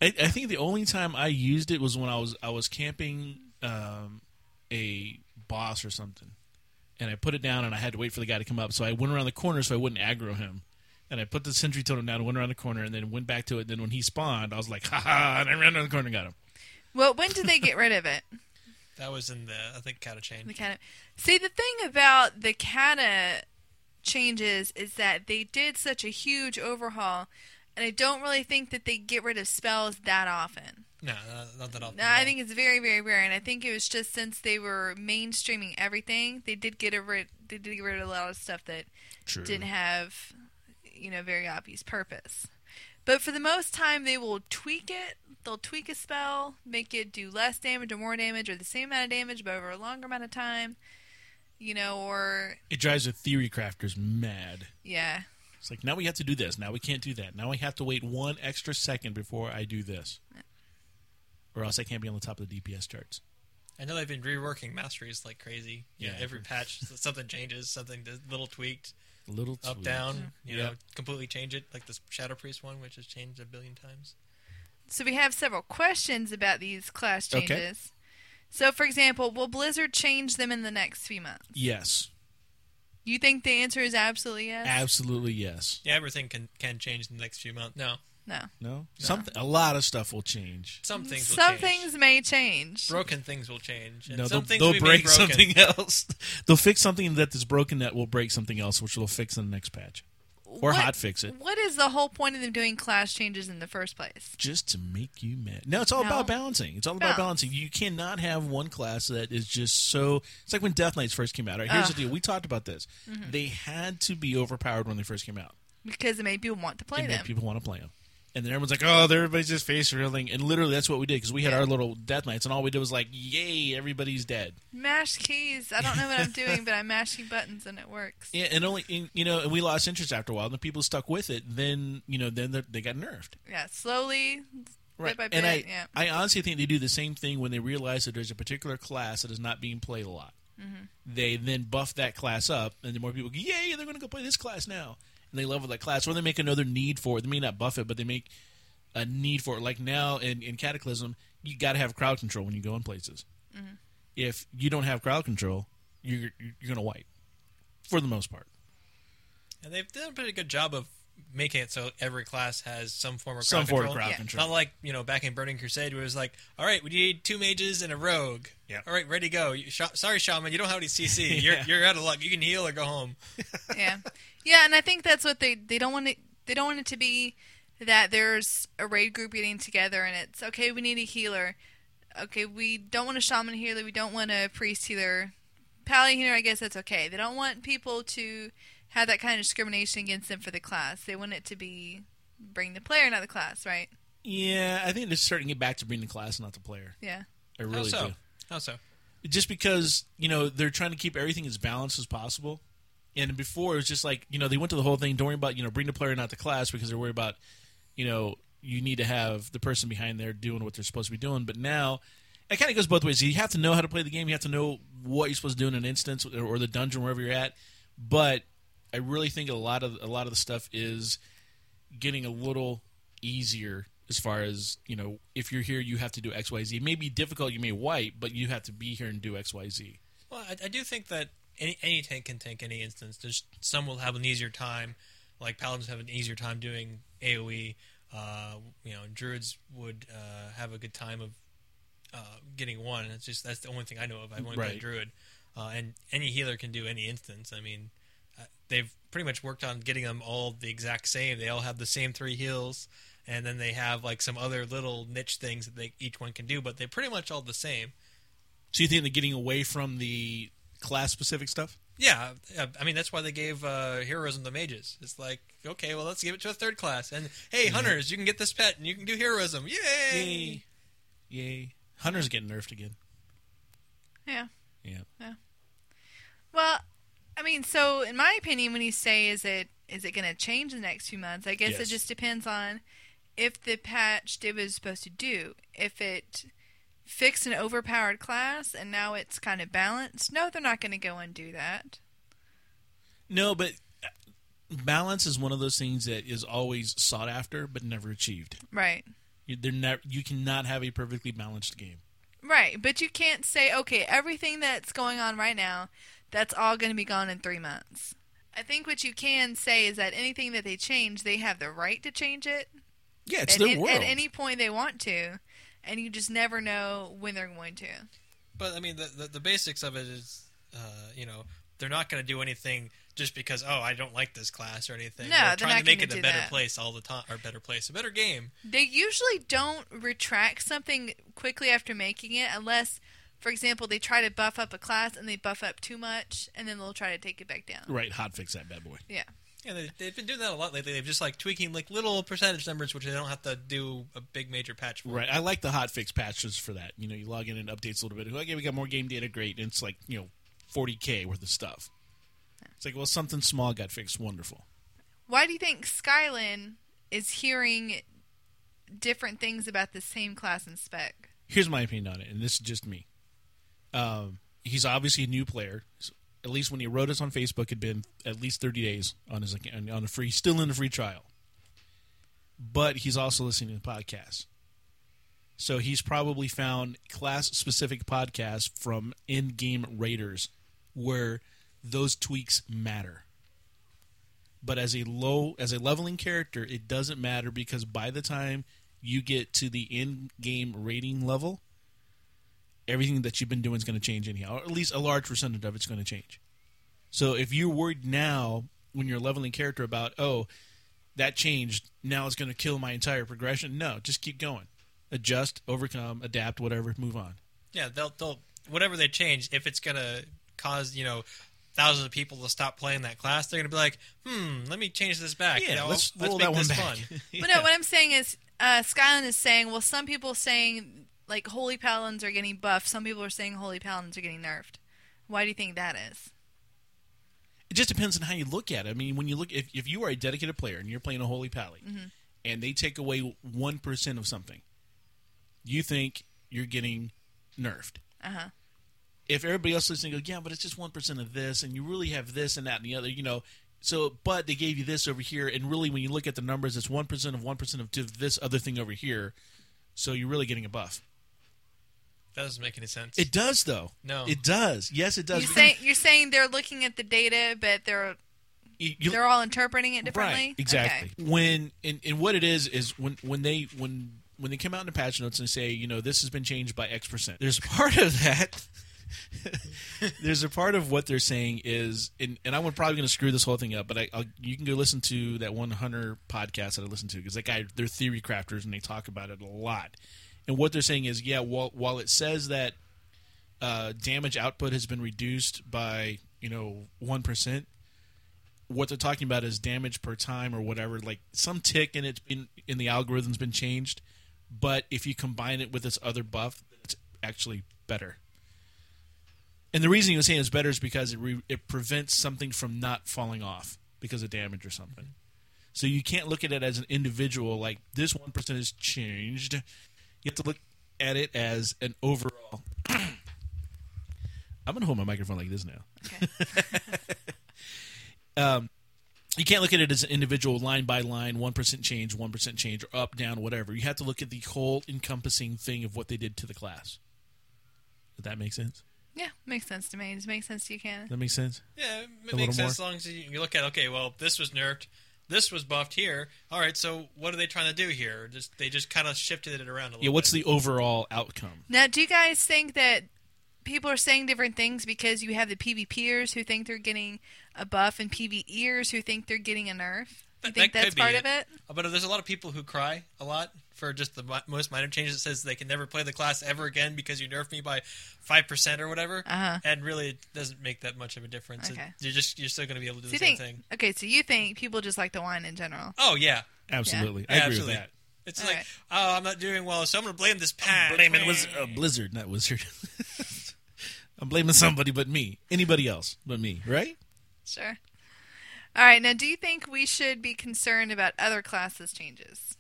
I, I think the only time I used it was when I was I was camping um, a boss or something, and I put it down and I had to wait for the guy to come up. So I went around the corner so I wouldn't aggro him, and I put the sentry totem down, and went around the corner, and then went back to it. then when he spawned, I was like, ha ha! And I ran around the corner and got him.
Well, when did they get rid of it?
that was in the I think Kata
The
chain.
kata. See, the thing about the kata changes is that they did such a huge overhaul, and I don't really think that they get rid of spells that often.
No, not, not that often.
No,
at
I
all.
think it's very, very rare, and I think it was just since they were mainstreaming everything, they did get rid. They did get rid of a lot of stuff that
True.
didn't have, you know, very obvious purpose. But for the most time, they will tweak it. They'll tweak a spell, make it do less damage or more damage, or the same amount of damage, but over a longer amount of time. You know, or
It drives the theory crafters mad.
yeah,
It's like now we have to do this. Now we can't do that. Now I have to wait one extra second before I do this, or else I can't be on the top of the DPS charts.
I know they've been reworking masteries like crazy. You know,
Yeah.
every patch something changes, something a little tweaked,
A little
up
tweak.
down. You
Yeah.
know, completely change it. Like this Shadow Priest one, which has changed a billion times.
So we have several questions about these class
Okay.
changes. So, for example, will Blizzard change them in the next few months?
Yes.
You think the answer is absolutely yes?
Absolutely yes.
Yeah, everything can can change in the next few months. No,
no.
No, something. A lot of stuff will change.
some things. Will
Mm, Some
change.
things may change.
broken things will change. And
No,
some
they'll,
things
they'll
we
break
made broken.
something else. They'll fix something that is broken that will break something else, which they'll fix in the next patch or
What-
hot fix it,
What is the whole point of them doing class changes in the first place?
just to make you mad. No, it's all
No.
about balancing. It's all about
Balance.
balancing. You cannot have one class that is just so. It's like when Death Knights first came out. Right here's
Ugh.
the deal. We talked about this. They had to be overpowered when they first came out.
Because it made people want to play
and
them.
make people want to play them. And then everyone's like, "Oh, they're- everybody's just face reeling," and literally that's what we did because we had our little death knights, and all we did was like, "Yay, everybody's dead!"
Mash keys. I don't know what I'm doing, but I'm mashing buttons and it works.
Yeah, and only and, you know, and we lost interest after a while. And the people stuck with it. Then you know, then they- they got nerfed.
Yeah, slowly, bit by bit.
and I,
yeah.
I honestly think they do the same thing when they realize that there's a particular class that is not being played a lot.
Mm-hmm.
They then buff that class up, and the more people, go, yay, they're going to go play this class now, and they level that class, or they make another need for it. They may not buff it, but they make a need for it. Like now in, in Cataclysm, you got to have crowd control when you go in places.
Mm-hmm.
If you don't have crowd control, you're you're going to wipe for the most part.
And they've done a pretty good job of making it so every class has some form of
Some
crowd
form of
control.
crowd
Yeah.
control.
Not like you know back in Burning Crusade, where it was like, all right, we need two mages and a rogue.
Yeah.
All right, ready to go. You, sh- sorry, shaman, you don't have any CC. You're
Yeah.
you're out of luck. You can heal or go home.
yeah yeah and i think that's what they they don't want it they don't want it to be that there's a raid group getting together and it's okay we need a healer okay we don't want a shaman healer we don't want a priest healer pally healer i guess that's okay they don't want people to have that kind of discrimination against them for the class they want it to be bring the player not the class right
Yeah, I think they're starting to get back to being the class, not the player.
yeah
I really
How so?
do.
How so?
just because you know they're trying to keep everything as balanced as possible. And before it was just like you know they went to the whole thing. Don't worry about you know bring the player not the class because they're worried about you know you need to have the person behind there doing what they're supposed to be doing. But now it kind of goes both ways. You have to know how to play the game. You have to know what you're supposed to do in an instance or, or the dungeon wherever you're at. But I really think a lot of a lot of the stuff is getting a little easier as far as you know if you're here you have to do xyz it may be difficult you may wipe but you have to be here and do xyz
Well, I, I do think that any any tank can take any instance. There's some will have an easier time, like paladins have an easier time doing AOE. Uh, you know, druids would uh, have a good time of uh, getting one. It's just that's the only thing I know of. I've only played
Right.
druid, uh, and any healer can do any instance. I mean, uh, they've pretty much worked on getting them all the exact same. They all have the same three heals, and then they have like some other little niche things that they each one can do, but they're pretty much all the same.
So you think they're getting away from the class specific stuff?
Yeah, uh, I mean that's why they gave uh, heroism to mages. It's like okay, well let's give it to a third class, and hey, hunters, you can get this pet and you can do heroism. Yay!
Yay. Yay. Hunter's getting nerfed again.
Yeah.
Yeah.
Well, I mean, so in my opinion, when you say is it is it going to change in the next few months? I guess
Yes.
it just depends on if the patch did what it was supposed to do. If it fixed an overpowered class and now it's kind of balanced, no, they're not going to go undo that.
No, but uh, balance is one of those things that is always sought after but never achieved.
Right.
You, they're never, you cannot have a perfectly balanced game.
Right, but you can't say okay, everything that's going on right now, that's all going to be gone in 3 months. I think what you can say is that anything that they change, they have the right to change it.
Yeah, it's
at,
their
an-
world.
at any point they want to, and you just never know when they're going to.
But I mean, the the, the basics of it is, uh, you know, they're not going to do anything just because oh I don't like this class or anything.
No,
they're
they're
trying
not
to make
gonna
it a
do
better
that.
place all the time, or a better place, a better game.
They usually don't retract something quickly after making it, unless, for example, they try to buff up a class and they buff up too much, and then they'll try to take it back down.
right, hot fix that bad boy.
Yeah,
Yeah, they, they've been doing that a lot lately. They've just like tweaking like little percentage numbers, which they don't have to do a big major patch for.
Right. I like the hot fix patches for that. You know, you log in and it updates a little bit. Okay, we got more game data, great. And it's like, you know, 40K worth of stuff. It's like, well, something small got fixed. Wonderful.
Why do you think Skylin is hearing different things about the same class and spec?
here's my opinion on it, and this is just me. Um, he's obviously a new player. So at least when he wrote us on Facebook, had been at least 30 days on his account- on a free, still in the free trial. But he's also listening to the podcast, so he's probably found class specific podcasts from in game raiders where those tweaks matter. But as a low as a leveling character, it doesn't matter because by the time you get to the end game rating level, everything that you've been doing is going to change anyhow, or at least a large percentage of it's going to change. So if you're worried now when you're leveling character about, oh, that changed, now it's going to kill my entire progression, no, just keep going. Adjust, overcome, adapt, whatever, move on.
Yeah, they'll they'll whatever they change, if it's gonna cause you know thousands of people to stop playing that class, they're gonna be like, hmm, let me change this back.
Yeah,
Now,
let's, roll
make
that one
this
back.
fun.
But no, what I'm saying is, uh, Skylin is saying, well, some people saying like holy paladins are getting buffed, some people are saying holy paladins are getting nerfed. Why do you think that is?
it just depends on how you look at it. I mean, when you look, if, if you are a dedicated player and you're playing a holy pally, and they take away one percent of something, you think you're getting nerfed. Uh huh. If everybody else listening goes, yeah, but it's just one percent of this, and you really have this and that and the other, you know. So, but they gave you this over here, and really, when you look at the numbers, it's one percent of one percent of to this other thing over here. So you're really getting a buff.
That doesn't make any sense.
It does, though.
No.
it does. Yes, it does.
You
Because
say, you're saying they're looking at the data, but they're
you- you-
they're all interpreting it differently.
Right, exactly.
Okay.
When and, and what it is is when when they when when they come out in the patch notes and say, you know, this has been changed by X percent. There's a part of that. there's a part of what they're saying is, and, and I'm probably going to screw this whole thing up, but I, I'll, you can go listen to that one hunter podcast that I listen to because that guy, they're theory crafters and they talk about it a lot. And what they're saying is, yeah, while, while it says that uh, damage output has been reduced by you know one percent, what they're talking about is damage per time or whatever. Like some tick in it in in the algorithm's been changed, but if you combine it with this other buff, it's actually better. And the reason you're saying it's better is because it re- it prevents something from not falling off because of damage or something. So you can't look at it as an individual like this one percent is changed. You have to look at it as an overall. I'm gonna hold my microphone like this now.
Okay.
you can't look at it as an individual line by line, one percent change, one percent change, or up, down, whatever. You have to look at the whole encompassing thing of what they did to the class. Does that make sense?
yeah, makes sense to me. Does it make sense to you, Cannon?
That makes sense.
Yeah, it
A
makes
little
sense as long as you you look at okay, well, this was nerfed, this was buffed here. All right, so what are they trying to do here? Just they just kind of shifted it around a little.
Yeah. What's
bit.
the overall outcome?
Now, do you guys think that people are saying different things because you have the PvPers who think they're getting a buff and PvEers who think they're getting a nerf. You think that's
could be
part of it?
Uh, But there's a lot of people who cry a lot for just the mi- most minor changes. It says they can never play the class ever again because you nerfed me by five percent or whatever,
Uh-huh.
and really it doesn't make that much of a difference. It-
Okay.
you're just you're still going to be able to do
So
the
you
same
think,
thing.
Okay, so you think people just like the wine in general.
Oh yeah,
Absolutely. I
Yeah,
agree
absolutely.
with that.
It's
All
like
right.
oh I'm not doing well, so I'm going to blame this pack.
blaming Wiz- uh, Blizzard, not Wizard. I'm blaming somebody but me. Anybody else but me, right?
Sure. All right, now do you think we should be concerned about other classes changes?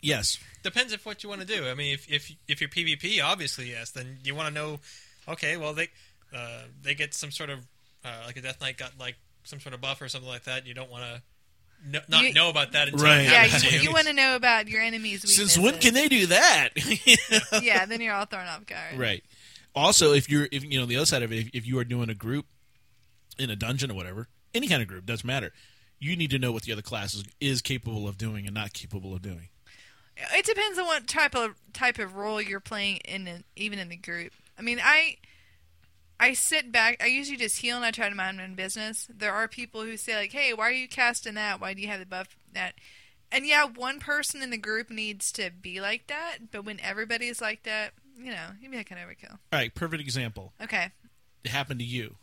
Yes.
Depends if what you want to do. I mean, if if if you're PvP, obviously yes. Then you want to know. Okay, well they uh, they get some sort of uh, like a Death Knight got like some sort of buff or something like that. You don't want to. No, not
You-
know about that until
Right.
it
Yeah,
happens to
you,
you.
you want to know about your enemies' weaknesses.
Since when can they do that?
yeah, then you're all thrown off guard.
right. Also, if you're, if you know, the other side of it, if, if you are doing a group in a dungeon or whatever, any kind of group doesn't matter. You need to know what the other class is, is capable of doing and not capable of doing.
It depends on what type of type of role you're playing in, an, even in the group. I mean, I I sit back. I usually just heal and I try to mind my own business. There are people who say like, "Hey, why are you casting that? Why do you have the buff that?" And yeah, one person in the group needs to be like that. But when everybody's like that, you know, you'd be like an overkill.
All right, perfect example.
Okay,
It happened to you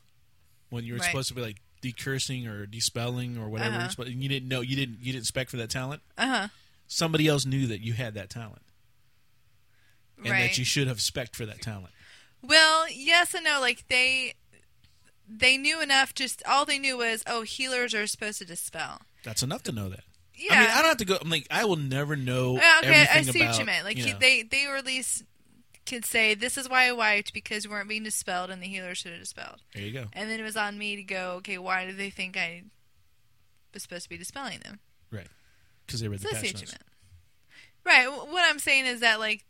when you were
Right.
supposed to be like decursing or despelling or whatever,
Uh-huh.
you're supposed- and you didn't know, you didn't, you didn't spec for that talent.
uh huh,
Somebody else knew that you had that talent. and
right.
that you should have spec for that talent.
Well, yes and no. Like they they knew enough. Just all they knew was, oh, healers are supposed to dispel.
That's enough to know that.
Yeah.
I mean, I don't have to go. I'm like, I will never know.
Yeah, okay, I
everything
see
about,
what you meant. Like he,
know.
they, they were at least could say this is why I wiped because we weren't being dispelled and the healer should have dispelled.
there you go.
And then it was on me to go, okay, why do they think I was supposed to be dispelling them?
Right, because they read
So
the
I see
patch
what you
notes.
meant. Right. wh- What I'm saying is that like,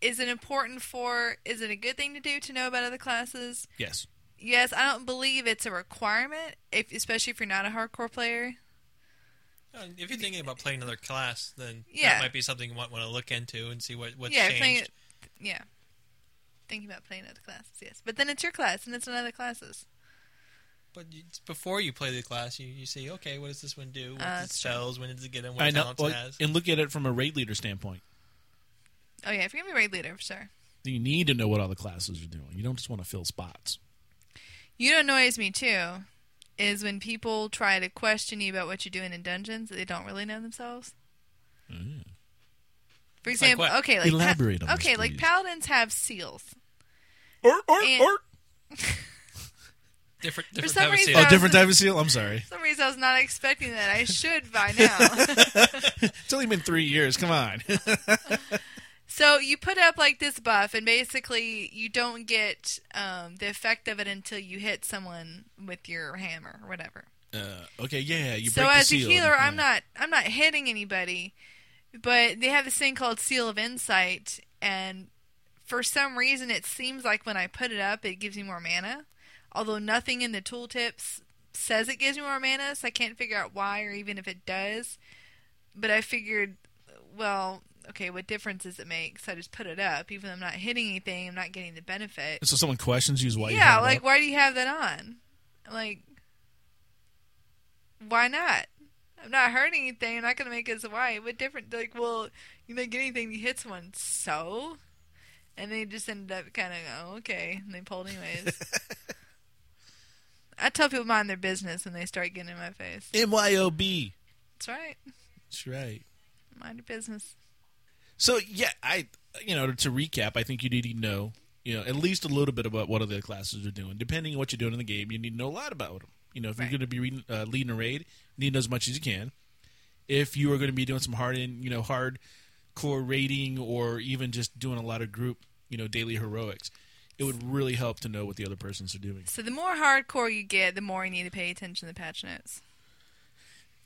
is it important for? Is it a good thing to do to know about other classes?
Yes,
Yes, I don't believe it's a requirement, if, especially if you're not a hardcore player.
Uh, If you're thinking about playing another class, then
Yeah.
that might be something you might want to look into and see what what's
yeah,
changed.
playing it. Yeah, thinking about playing other classes. Yes, but then it's your class, and it's another classes.
But you, before you play the class, you, you see, okay, what does this one do? What
Uh,
does it
that's true.
spells? When does it get them?
I
What
know.
talents
Well,
it has?
and look at it from a raid leader standpoint.
Oh yeah, if you're gonna be raid leader, for sure.
You need to know what all the classes are doing. You don't just want to fill spots.
You know what annoys me too is when people try to question you about what you're doing in dungeons that they don't really know themselves. For example,
what?
okay, like pa-
Mm. Elaborate on this,
okay, like
please.
paladins have seals.
Or or
And-
or
Different, different
some
type of
reason-
seal.
oh, different type of seal. I'm sorry.
For some reason, I was not expecting that. I should by now.
It's only been three years. Come on.
So you put up like this buff, and basically you don't get um, the effect of it until you hit someone with your hammer or whatever.
uh, okay, yeah, you.
so
break the
as a
seal.
healer, I'm
Yeah.
not I'm not hitting anybody, but they have this thing called Seal of Insight, and for some reason it seems like when I put it up, it gives me more mana, although nothing in the tooltips says it gives me more mana, so I can't figure out why or even if it does. But I figured, well, okay, what difference does it make? So I just put it up, even though I'm not hitting anything, I'm not getting the benefit.
So someone questions you is why. you
yeah,
have it
like
up?
why do you have that on? Like, why not? I'm not hurting anything. I'm not gonna make it so why. What different? Like, well, you make anything you hit someone, so, and they just ended up kind of oh, okay, and they pulled anyways. I tell people mind their business when they start getting in my face.
MYOB.
That's right,
That's right.
mind your business.
So yeah, I you know to recap, I think you need to know you know at least a little bit about what other classes are doing. Depending on what you're doing in the game, you need to know a lot about them. You know, if
Right.
you're going to be reading, uh, leading a raid, you need to know as much as you can. If you are going to be doing some hard in you know hard core raiding or even just doing a lot of group you know daily heroics, it would really help to know what the other persons are doing.
So the more hardcore you get, the more you need to pay attention to the patch notes.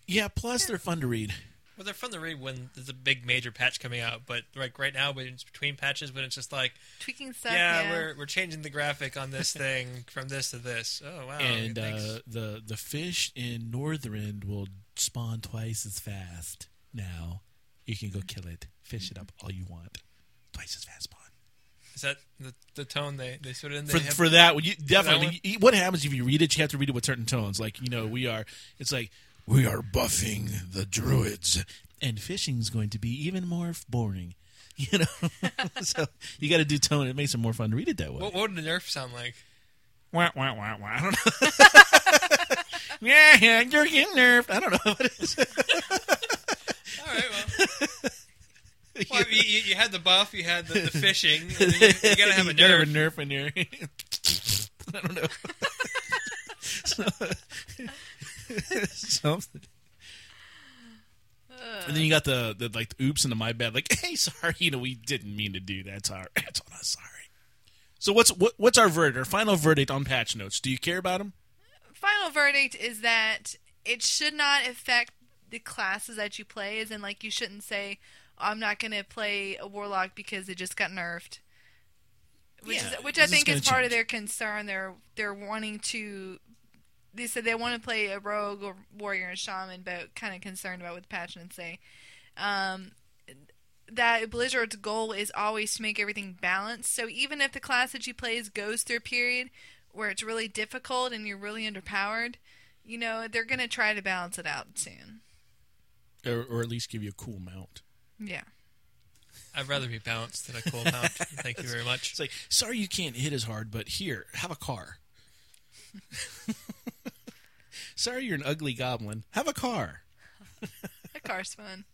Yeah, plus they're fun to read.
Well, they're fun to read when there's a big major patch coming out, but like right now, when it's between patches, when it's just like,
Tweaking stuff.
yeah, we're we're changing the graphic on this thing from this to this. Oh wow!
and
thanks.
uh, the the fish in Northrend will spawn twice as fast now. You can go kill it, fish it up all you want, twice as fast spawn.
Is that the, the tone they they sort of in? They
for,
have-
for that one, you definitely.
one?
you- what happens if you read it? You have to read it with certain tones. Like you know, we are. It's like we are buffing the druids, and fishing's going to be even more boring. You know, so you got to do tone. It makes it more fun to read it that way.
what, what would the Nerf sound like?
Wah, wah, wah, wah. I don't know. yeah, yeah, you're getting nerfed. I don't know what it is.
All right, well. Well, you, you, you had the buff, you had the, the fishing. and You, you gotta have a
gotta
nerve.
nerf in your. I don't know. So- something. And then you got the, the like the oops and the my bad like hey sorry you know we didn't mean to do that it's our it's on us sorry. So what's what, what's our verdict our final verdict on patch notes? Do you care about them?
Final verdict is that it should not affect the classes that you play. As in, like you shouldn't say, "Oh, "I'm not going to play a warlock because it just got nerfed." Which
Yeah,
is, which
this
I
is
think
gonna
is part
change.
of their concern. They're they're wanting to. They said they want to play a rogue or warrior and shaman, but kind of concerned about what the patch notes say. Um, that Blizzard's goal is always to make everything balanced. So even if the class that you plays goes through a period where it's really difficult and you're really underpowered, you know they're gonna try to balance it out soon.
Or, or at least give you a cool mount.
Yeah.
I'd rather be balanced than a cool mount. Thank you very much.
It's like sorry you can't hit as hard but here have a car. sorry you're an ugly goblin have a car.
That car's fun.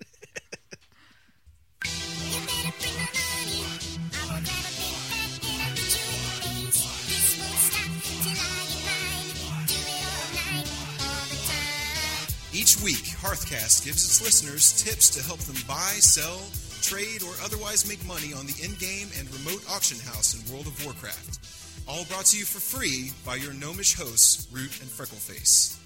Each week, Hearthcast gives its listeners tips to help them buy, sell, trade, or otherwise make money on the in-game and remote auction house in World of Warcraft. All brought to you for free by your gnomish hosts, Root and Freckleface.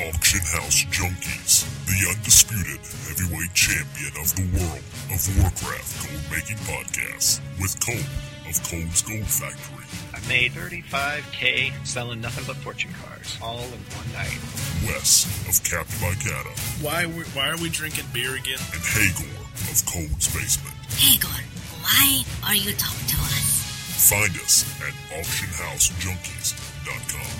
Auction House Junkies, the undisputed heavyweight champion of the world of Warcraft gold making podcast with Cole of Cole's Gold Factory.
I made 35k selling nothing but fortune cards, all in one night.
Wes of Capped by Cata,
Why we, why are we drinking beer again?
and Hagor of Cold's Basement.
Hagor, why are you talking to us?
Find us at auctionhousejunkies.com.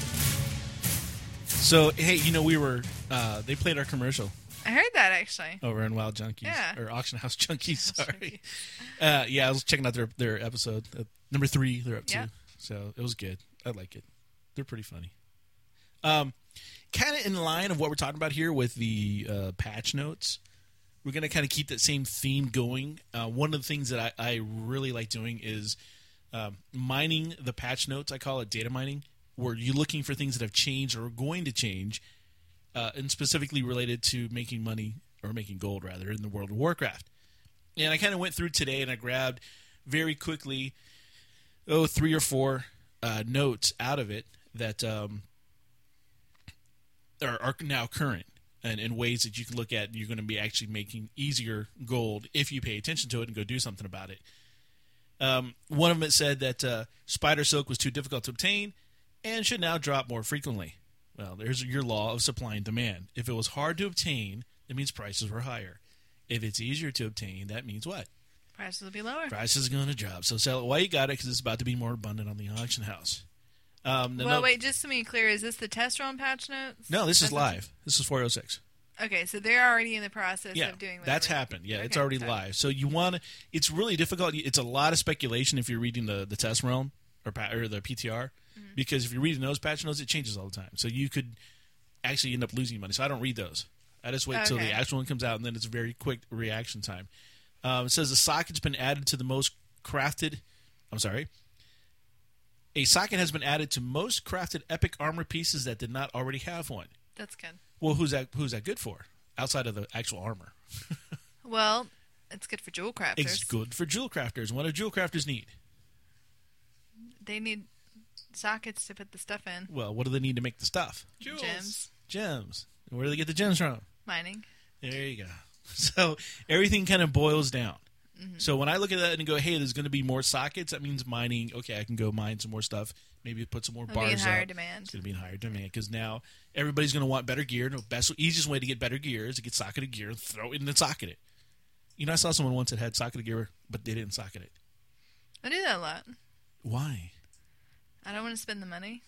So hey, you know we were uh, they played our commercial
I heard that actually.
over in Wild Junkies
Yeah.
or Auction House Junkies. Sorry, uh, yeah, I was checking out their their episode uh, number three. They're up
Yeah.
to so it was good. I like it. They're pretty funny. Um, kind of in line of what we're talking about here with the uh, patch notes. We're gonna kind of keep that same theme going. Uh, one of the things that I, I really like doing is um, mining the patch notes. I call it data mining, where you're looking for things that have changed or are going to change, uh, and specifically related to making money or making gold rather in the World of Warcraft. And I kind of went through today and I grabbed very quickly, oh, three or four uh, notes out of it that um, are, are now current and in ways that you can look at. and You're going to be actually making easier gold if you pay attention to it and go do something about it. Um, one of them it said that uh, spider silk was too difficult to obtain and should now drop more frequently. Well, there's your law of supply and demand. If it was hard to obtain, that means prices were higher. If it's easier to obtain, that means what?
Prices will be lower.
Price is going to drop. So sell it while you got it because it's about to be more abundant on the auction house. Um, no,
well,
no-
wait, just to be clear, is this the test run patch notes?
No, this is
That's-
live. This is 406.
Okay, so they're already in the process
yeah,
of doing that.
that's
right?
happened. Yeah, it's
Okay,
already
so-
live. So you want to? It's really difficult. It's a lot of speculation if you're reading the the test realm or pa- or the PTR,
Mm-hmm.
because if you're reading those patch notes, it changes all the time. So you could actually end up losing money. So I don't read those. I just wait till the
Okay.
actual one comes out, and then it's very quick reaction time. Um, it says the socket's been added to the most crafted. I'm sorry. A socket has been added to most crafted epic armor pieces that did not already have one.
That's good.
Well, who's that? Who's that good for? Outside of the actual armor.
Well, it's good for jewel crafters.
It's good for jewel crafters. What do jewel crafters need?
They need sockets to put the stuff in.
Well, what do they need to make the stuff?
Jules.
Gems,
Gems. Where do they get the gems from?
mining.
There you go. So everything kind of boils down.
Mm-hmm.
So when I look at that and go, "Hey, there's going to be more sockets," that means mining. Okay, I can go mine some more stuff. Maybe put some more
It'll be in
bars.
higher
up.
demand.
It's going to be in higher demand because now everybody's going to want better gear. No, best easiest way to get better gear is to get socketed gear and throw it in and socket it. You know, I saw someone once that had socketed gear, but they didn't socket it.
I do that a lot.
Why?
I don't want to spend the money.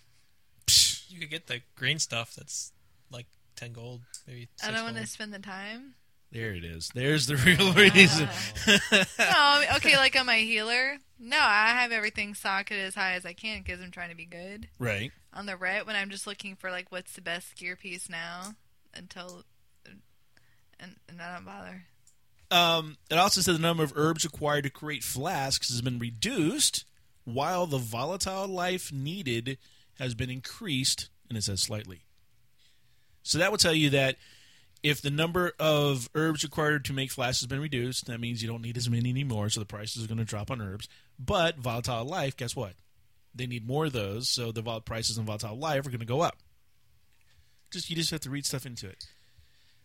You could get the green stuff that's like ten gold, maybe. Six
I don't want
gold.
to spend the time.
There it is. There's the real reason.
Ah. No, I mean, okay, like on my healer. No, I have everything socketed as high as I can because I'm trying to be good.
right.
On the ret, when I'm just looking for like what's the best gear piece now, until uh, and, and I don't bother.
Um, it also says the number of herbs required to create flasks has been reduced, while the volatile life needed has been increased, and it says slightly. So that will tell you that if the number of herbs required to make flasks has been reduced, that means you don't need as many anymore, so the prices are going to drop on herbs. But volatile life, guess what? They need more of those, so the vol- prices on volatile life are going to go up. Just you just have to read stuff into it.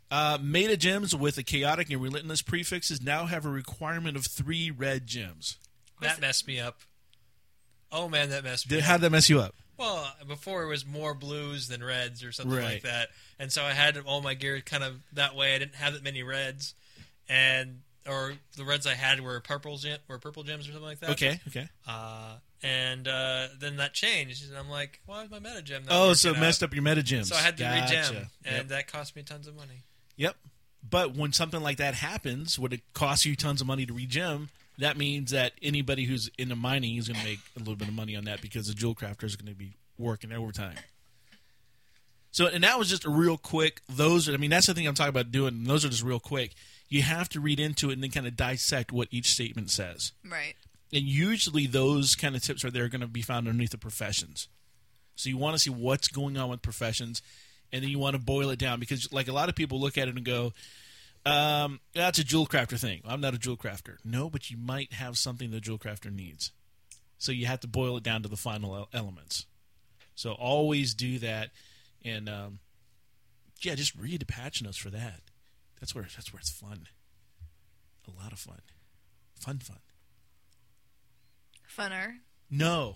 Uh, meta gems with a chaotic and relentless prefixes now have a requirement of three red gems.
That messed me up. Oh man, that messed me.
Did,
up.
how'd that mess you up?
Well, before it was more blues than reds or something
Right.
like that, and so I had all my gear kind of that way. I didn't have that many reds, and or the reds I had were purple gem, were purple gems or something like that.
Okay, okay.
Uh, and uh, then that changed, and I'm like, why is my meta gem? Not
Oh, so
working
it messed
out?
up your meta gems.
So I had to
gotcha.
regem, and
Yep.
that cost me tons of money.
yep. But when something like that happens, when it costs you tons of money to regem, that means that anybody who's into mining is going to make a little bit of money on that because the jewel crafters are going to be working overtime. So, and that was just a real quick. Those, are, I mean, that's the thing I'm talking about doing. and Those are just real quick. You have to read into it and then kind of dissect what each statement says.
Right.
and usually those kind of tips are there going to be found underneath the professions. So you want to see what's going on with professions, and then you want to boil it down because like a lot of people look at it and go, um, "That's a jewel crafter thing." I'm not a jewel crafter. No, but you might have something the jewel crafter needs. So you have to boil it down to the final el- elements. So always do that, and um, yeah, just read the patch notes for that. That's where that's where it's fun. A lot of fun, fun, fun.
Funner.
No.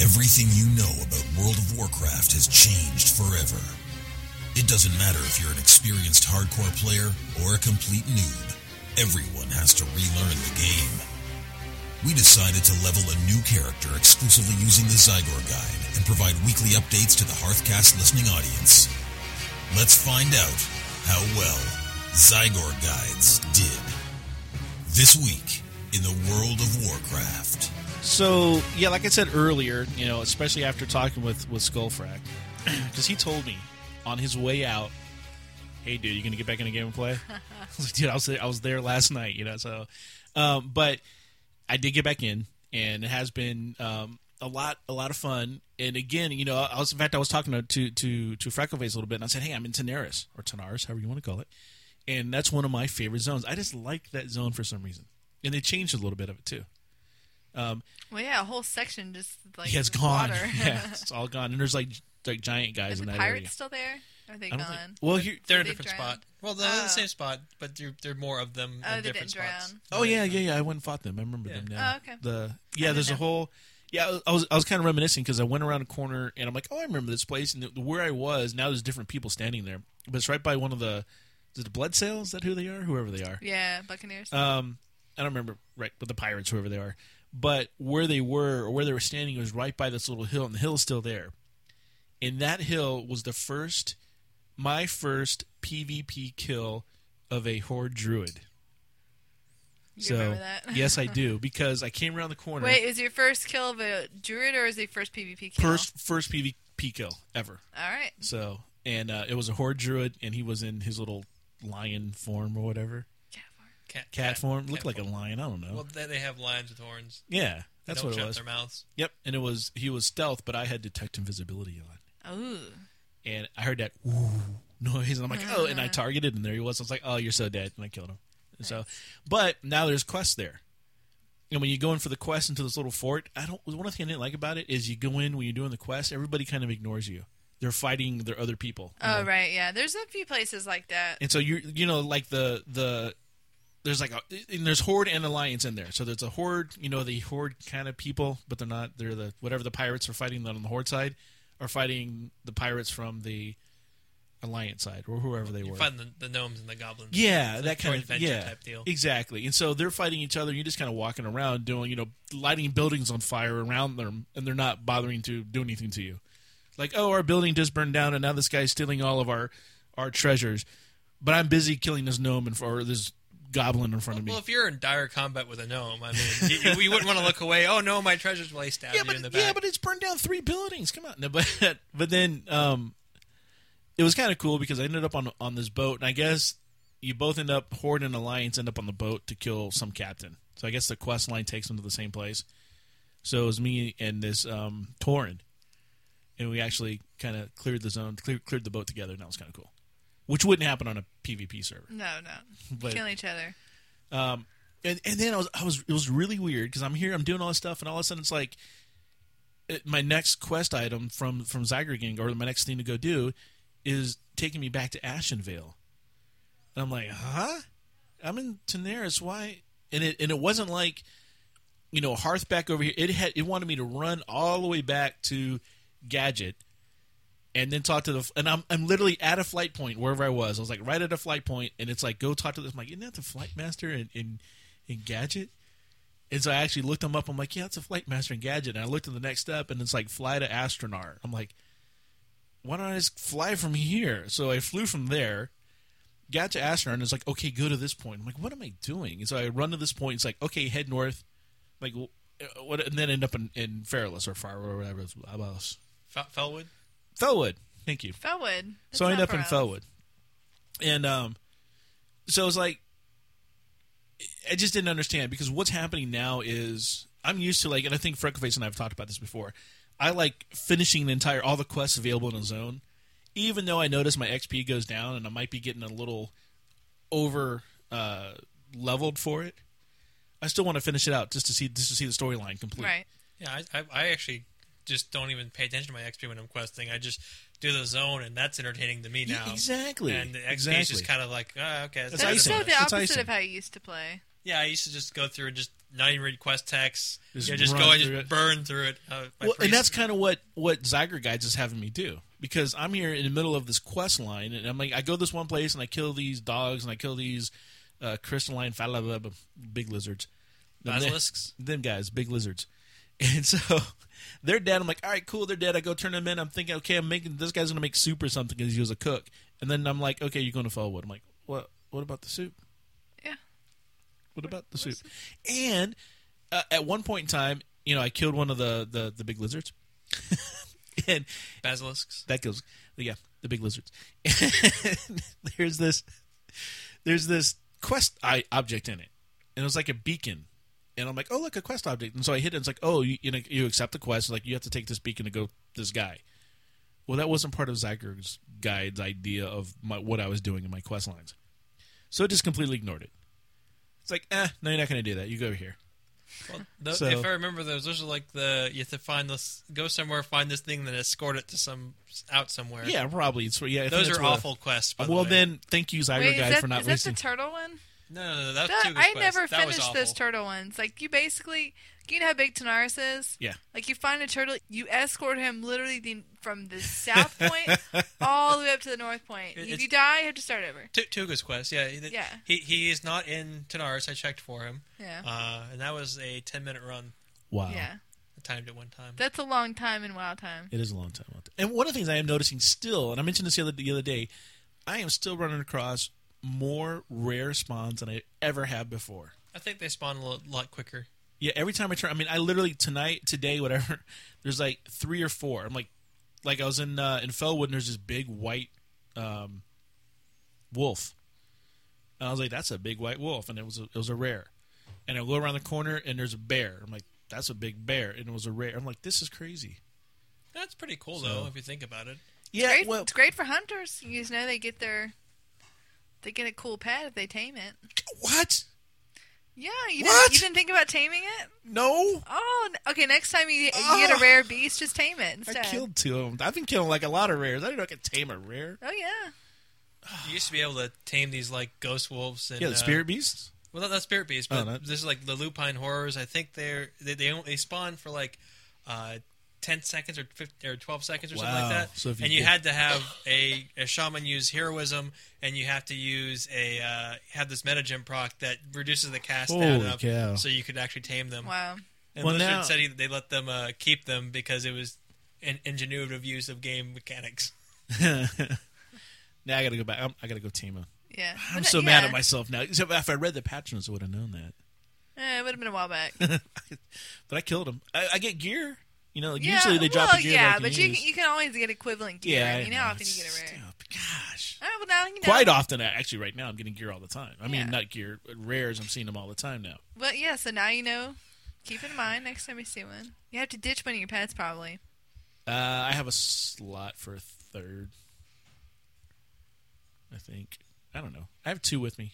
Everything you know about World of Warcraft has changed forever. It doesn't matter if you're an experienced hardcore player or a complete noob, everyone has to relearn the game. We decided to level a new character exclusively using the Zygor Guide and provide weekly updates to the Hearthcast listening audience. Let's find out how well Zygor Guides did. This week in the World of Warcraft.
So yeah, like I said earlier, you know, especially after talking with with Skullfrack, because he told me on his way out, "Hey, dude, you gonna get back in the game and play?" I was like, dude, I was there, I was there last night, you know. So, um, but I did get back in, and it has been um, a lot a lot of fun. And again, you know, I was in fact I was talking to to to, to Freckleface a little bit, and I said, "Hey, I'm in Tanaris or Tanaris, however you want to call it," and that's one of my favorite zones. I just like that zone for some reason, and they changed a little bit of it too.
Well, yeah, a whole section just like
yeah, it's gone.
water.
yeah, it's all gone. And there's like like giant guys
Is
in
the
that
pirates
area.
still there? Are they
I
gone?
don't think- well, here,
They're in a
They
different spot.
drowned.
Well, they're in
Oh.
the same spot, but there, there are more of them
Oh,
in
they
different
didn't
spots.
drown.
oh yeah, yeah, yeah. I went and fought them. I remember them
Yeah.
now.
Oh, okay.
The yeah,
didn't
there's a
know.
whole yeah. I was I was kind of reminiscing because I went around a corner and I'm like, oh, I remember this place. And the, where I was now, there's different people standing there, but it's right by one of the is it the blood sales. Is that who they are? Whoever they are.
Yeah, Buccaneers.
Um, I don't remember right with the pirates, whoever they are, but where they were or where they were standing was right by this little hill, and the hill is still there. And that hill was the first, my first PvP kill of a horde druid.
you
so
remember that?
yes, I do because I came around the corner.
Wait, is your first kill of a druid or is it your first PvP kill?
first first PvP kill ever.
All right.
So and uh, it was a horde druid, and he was in his little lion form or whatever
Yeah, far.
Cat,
cat, form. Looked
cat
like
form.
a lion. I don't know.
Well, they, they have lions with horns.
yeah,
They
that's
don't
what it
shut
was.
Their mouths.
Yep, and it was he was stealth, but I had detect invisibility on,
Ooh.
and I heard that ooh noise, and I'm like, oh, and I targeted, and there he was. I was like, oh, you're so dead, and I killed him. And So, but now there's quests there, And when you go in for the quest into this little fort, I don't. One thing I didn't like about it is you go in when you're doing the quest, everybody kind of ignores you. They're fighting their other people. you
Oh
know?
right, yeah. There's a few places like that.
And so you you know like the the there's like a and there's horde and alliance in there. So there's a horde, you know, the horde kind of people, but they're not. They're the whatever the pirates are fighting on the horde side, are fighting the pirates from the alliance side or whoever they
You
were.
find the, the gnomes and the goblins.
Yeah,
It's like
that kind
joint
of
venture
yeah,
type deal.
exactly. And so they're fighting each other. and You're just kind of walking around doing, you know, lighting buildings on fire around them, and they're not bothering to do anything to you. Like, oh, our building just burned down, and now this guy's stealing all of our our treasures, but I'm busy killing this gnome and or this goblin in front of me.
Well, if you're in dire combat with a gnome, I mean, you, you, you wouldn't want to look away. Oh no, my treasure's well, he stabbed
yeah,
you
but
in the back.
yeah, but it's burned down three buildings. Come on, no, but but then um, it was kind of cool because I ended up on on this boat, and I guess you both end up Horde and Alliance end up on the boat to kill some captain. So I guess the quest line takes them to the same place. So it was me and this um, Torin, and we actually kind of cleared the zone, clear, cleared the boat together, and that was kind of cool. Which wouldn't happen on a PvP server.
No, no.
But-
Kill each other.
Um, and and then I was I was it was really weird because I'm here I'm doing all this stuff and all of a sudden it's like it, my next quest item from from Zygergang or my next thing to go do is taking me back to Ashenvale. And I'm like, huh? I'm in Daenerys. Why? And it and it wasn't like you know Hearth back over here. It had it wanted me to run all the way back to Gadget. And then talk to the and I'm I'm literally at a flight point wherever I was. I was like right at a flight point, and it's like go talk to this. I'm like, isn't that the flight master in in, in Gadget? And so I actually looked him up. I'm like, yeah, it's a flight master in Gadget. And I looked at the next step, and it's like fly to astronaut. I'm like, why don't I just fly from here? So I flew from there, got to astronaut, and it's like, okay, go to this point. I'm like, what am I doing? And so I run to this point. It's like, okay, head north. Like, wh- uh, what? And then end up in, in Fairless or Far or whatever. It's about
Fe- Felwood.
Felwood. Thank you
Felwood. That's
so I end
not
up in
Faroe.
Felwood, and um, so it's like I just didn't understand because what's happening now is I'm used to like, and I think Freckleface and I have talked about this before. I like finishing the entire all the quests available in a zone, even though I notice my XP goes down and I might be getting a little over uh, leveled for it. I still want to finish it out just to see just to see the storyline complete.
Right.
Yeah, I, I, I actually just don't even pay attention to my XP when I'm questing. I just do the zone, and that's entertaining to me
Yeah,
now.
exactly.
And the XP
exactly.
is just kind of like, ah, okay.
That's
That's
better
icing.
so
than
the
this."
That's
opposite
icing.
of how you used to play.
Yeah, I used to just go through and just not even read quest text.
Just
yeah, just
run
go and
through
just
it.
burn through it. Uh, my
well,
priest-
and that's kind of what what Zyger Guides is having me do because I'm here in the middle of this quest line, and I'm like, I go this one place and I kill these dogs and I kill these uh, crystalline fat- blah, blah, blah, big lizards, Them-
Basilisks?
them guys, big lizards, and so they're dead. I'm like, all right, cool, they're dead. I go turn them in. I'm thinking, okay, I'm making this guy's gonna make soup or something because he was a cook, and then I'm like, okay, you're going to Fellwood. I'm like, what? What about the soup?
Yeah.
What about the soup? And uh, at one point in time, you know, I killed one of the the, the big lizards, and
basilisks.
that goes, yeah, the big lizards. And there's this, there's this quest I, object in it, and it was like a beacon, and I'm like, oh look, a quest object, and so I hit it. And it's like, oh, you you, know, you accept the quest, like you have to take this beacon to go this guy. Well, that wasn't part of Zyger's guide's idea of my, what I was doing in my quest lines, so it just completely ignored it. It's like, eh, no, you're not going to do that. You go over here.
Well, tho-
So-
if I remember those, those are like the you have to find this, go somewhere, find this thing, then escort it to some out somewhere.
Yeah, probably. It's, yeah, I think
those
that's
are
what I-
awful quests. By the
well,
way.
then, thank you, Zyger
Wait,
guide,
is that,
for not
is that
wasting.
the turtle one?
no, no, no, that was
That-
Tuga's
I
quest.
never
That was
finished
awful.
those turtle ones. Like you basically, you know how big Tanaris is.
Yeah.
Like you find a turtle, you escort him literally the, from the south point all the way up to the north point.
It-
if
it's-
you die, you have to start over.
Tu- Tuga's quest. Yeah, he-
Yeah.
He he is not in Tanaris. I checked for him.
Yeah.
Uh, and that was a ten minute run.
wow.
Yeah,
I timed it one time.
that's a long time in WoW time.
It is a long time out there. And one of the things I am noticing still, and I mentioned this the other, the other day, I am still running across more rare spawns than I ever have before.
I think they spawn a lo- lot quicker.
Yeah, every time I turn, I mean, I literally tonight, today, whatever, there's like three or four. I'm like, like I was in uh, in Fellwood, and there's this big white um, wolf, and I was like, that's a big white wolf, and it was a, it was a rare. And I go around the corner, and there's a bear. I'm like, that's a big bear, and it was a rare. I'm like, this is crazy.
That's pretty cool
So-
though, if you think about it.
Yeah,
great,
well,
it's great for hunters. You just know they get their, they get a cool pet if they tame it.
what?
Yeah, you
What?
didn't, you didn't think about taming it?
No,
Oh, n- okay. Next time you, you get a rare beast, just tame it
Oh. I
instead.
killed two of them. I've been killing like a lot of rares. I didn't know I could tame a rare.
Oh yeah.
you used to be able to tame these like ghost wolves and
Yeah,
uh,
the spirit beasts.
Well, not, not spirit beasts, but
Oh, not-
this is like the lupine horrors. I think they're they they, only, they spawn for like uh, ten seconds or 15, or twelve seconds or something
Wow.
like that.
So if you
and you
get-
had to have a, a shaman use heroism, and you have to use a uh, have this metagem proc that reduces the cast down
Holy
up,
cow.
so you could actually tame them.
Wow.
And
Well,
Lizard
now-
said he, they let them uh, keep them because it was an ingenuitive use of game mechanics.
Now I gotta go back. I'm, I gotta go tame them.
Yeah.
I'm
But,
so
yeah.
mad at myself now. Except if I read the patrons, I would have known that.
Eh, it would have been a while back.
But I killed them. I, I get gear. You know,
yeah.
usually they
well,
drop a gear. that I
yeah,
can
but you
use.
can, you can always get equivalent gear.
yeah,
I mean, how
know,
often you
it's
get a rare?
stupid. Gosh.
Oh, well, now you know.
Quite often, I- actually, right now, I'm getting gear all the time. I mean,
Yeah.
not gear, but rares. I'm seeing them all the time now.
Well, yeah. So now you know. Keep in mind next time you see one, you have to ditch one of your pets probably.
Uh, I have a slot for a third. I think. I don't know. I have two with me.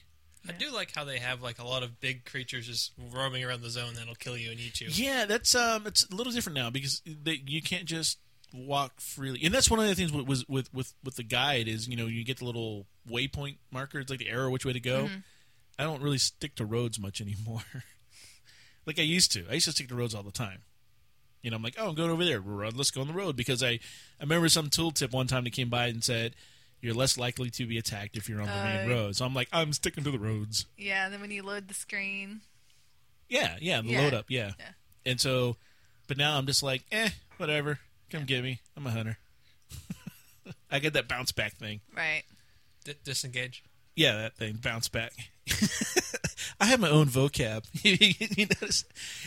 I do like how they have like a lot of big creatures just roaming around the zone that'll kill you and eat you.
Yeah, that's um, it's a little different now because they, you can't just walk freely, and that's one of the things with was with with with the guide is you know you get the little waypoint marker, it's like the arrow which way to go. I don't really stick to roads much anymore, like I used to. I used to stick to roads all the time. You know, I'm like, oh, I'm going over there. Ro- Let's go on the road because I I remember some tooltip one time that came by and said. You're less likely to be attacked if you're on the main
Oh.
road. So I'm like, I'm sticking to the roads.
Yeah. and Then when you load the screen,
Yeah, yeah, the
Yeah.
load up, yeah.
Yeah.
And so, but now I'm just like, eh, whatever. Come get me. I'm a hunter. I get that bounce back thing.
right?
D- disengage.
Yeah, that thing, bounce back. I have my own vocab. you notice?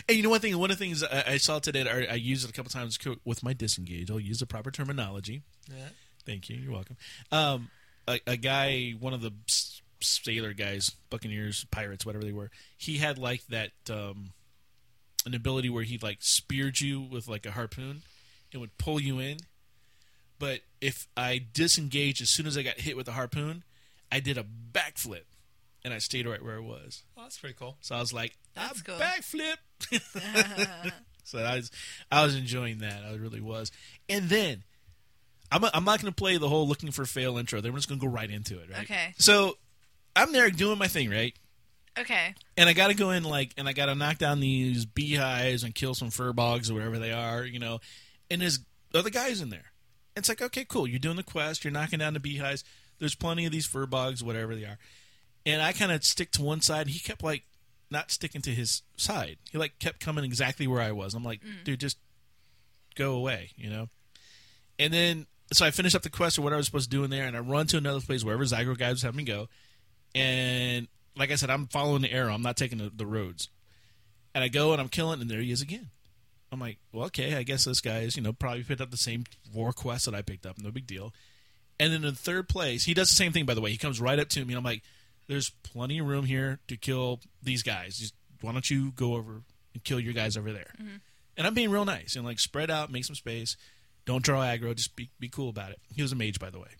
And you know one thing. One of the things I, I saw today, that I, I used it a couple times co- with my disengage. I'll use the proper terminology.
Yeah.
Thank you. You're welcome. Um, a, a guy, one of the s- sailor guys, buccaneers, pirates, whatever they were, he had like that um, an ability where he like speared you with like a harpoon and would pull you in. But if I disengaged as soon as I got hit with the harpoon, I did a backflip and I stayed right where I was.
Oh, that's pretty cool.
So I was like, I
That's cool.
backflip. so I was, I was enjoying that. I really was. And then I'm, I'm not going to play the whole looking for fail intro. They're just going to go right into it, right?
Okay.
So I'm there doing my thing, right?
Okay.
And I got to go in like, and I got to knock down these beehives and kill some furbogs or whatever they are, you know. And there's other guys in there. It's like, okay, cool. You're doing the quest. You're knocking down the beehives. There's plenty of these furbogs, whatever they are. And I kind of stick to one side. And he kept like not sticking to his side. He like kept coming exactly where I was. I'm like, dude, just go away, you know. And then so I finish up the quest or what I was supposed to do in there, and I run to another place wherever Zygro guy was having me go. And like I said, I'm following the arrow. I'm not taking the, the roads. And I go and I'm killing, and there he is again. I'm like, well, okay, I guess this guy is, you know, probably picked up the same war quest that I picked up. No big deal. And then in third place, he does the same thing, by the way. He comes right up to me, and I'm like, there's plenty of room here to kill these guys. Just, why don't you go over and kill your guys over there? And I'm being real nice and like spread out, make some space. Don't draw aggro. Just be, be cool about it. He was a mage, by the way.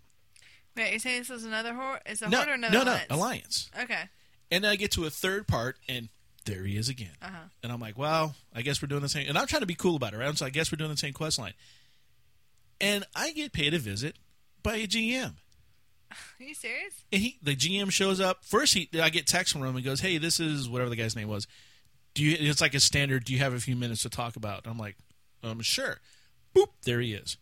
Wait, you're saying this is another horde? Is a
no,
horde or another
no, no,
alliance?
alliance.
Okay.
And then I get to a third part, and there he is again. And I'm like, well, I guess we're doing the same. And I'm trying to be cool about it, right? I'm So I guess we're doing the same quest line. And I get paid a visit by a GM.
Are you serious?
And he, the GM shows up. First, he, I get text from him and goes, hey, this is whatever the guy's name was. Do you? It's like a standard. Do you have a few minutes to talk about? And I'm like, um, sure. Boop, there he is.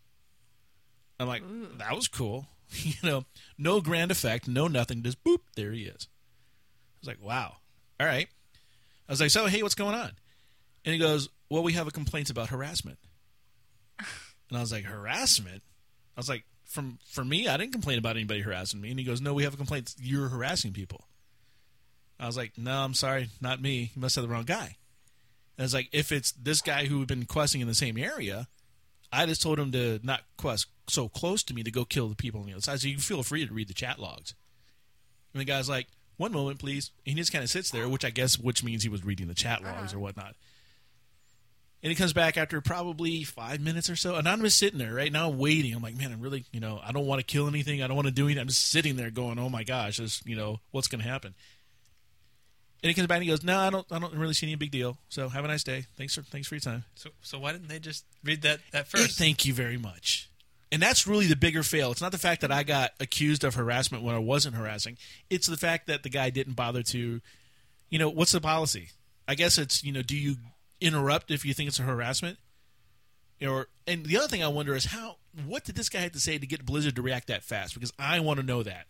I'm like, that was cool. you know, no grand effect, no nothing. Just boop, there he is. I was like, wow. All right. I was like, so hey, what's going on? And he goes, well, we have a complaint about harassment. And I was like, harassment? I was like, from for me, I didn't complain about anybody harassing me. And he goes, no, we have a complaint. You're harassing people. I was like, no, I'm sorry, not me. You must have the wrong guy. And I was like, if it's this guy who had been questing in the same area, I just told him to not quest so close to me to go kill the people on the other side. So you feel free to read the chat logs. And the guy's like, one moment, please. And he just kind of sits there, which I guess which means he was reading the chat logs or whatnot. And he comes back after probably five minutes or so. And I'm just sitting there right now waiting. I'm like, man, I'm really, you know, I don't want to kill anything. I don't want to do anything. I'm just sitting there going, oh my gosh, this, you know, what's going to happen? And he comes back and he goes, "No, I don't. I don't really see any big deal. So have a nice day. Thanks for thanks for your time.
So, so why didn't they just read that that
Hey,
first?
thank you very much." And that's really the bigger fail. It's not the fact that I got accused of harassment when I wasn't harassing. It's the fact that the guy didn't bother to, you know, what's the policy? I guess it's you know, do you interrupt if you think it's a harassment? Or and the other thing I wonder is how what did this guy have to say to get Blizzard to react that fast? Because I want to know that.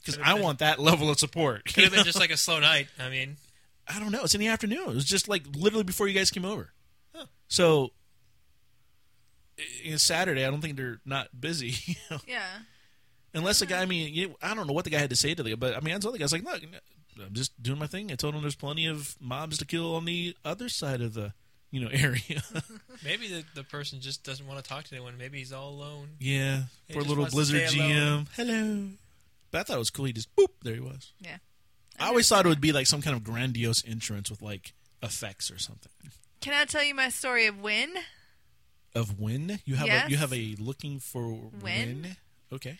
Because I want that level of support.
Could have been just like a slow night. I mean,
I don't know. It's in the afternoon. It was just like literally before you guys came over. So i- it's Saturday. I don't think they're not busy. you know.
Yeah.
Unless the guy, I mean, you, I don't know what the guy had to say to the but I mean, I told the guy, I was like, look, I'm just doing my thing. I told him there's plenty of mobs to kill on the other side of the, you know, area.
maybe the, the person just doesn't want to talk to anyone. Maybe he's all alone.
yeah.
He
Poor
just
little
wants to
Blizzard
stay alone.
GM. Hello. But I thought it was cool. He just, boop, there he was.
Yeah.
I always thought it would be like some kind of grandiose entrance with like effects or something.
Can I tell you my story of when?
Of when you have a,
Yes.
you have a looking for
When?
when? Okay.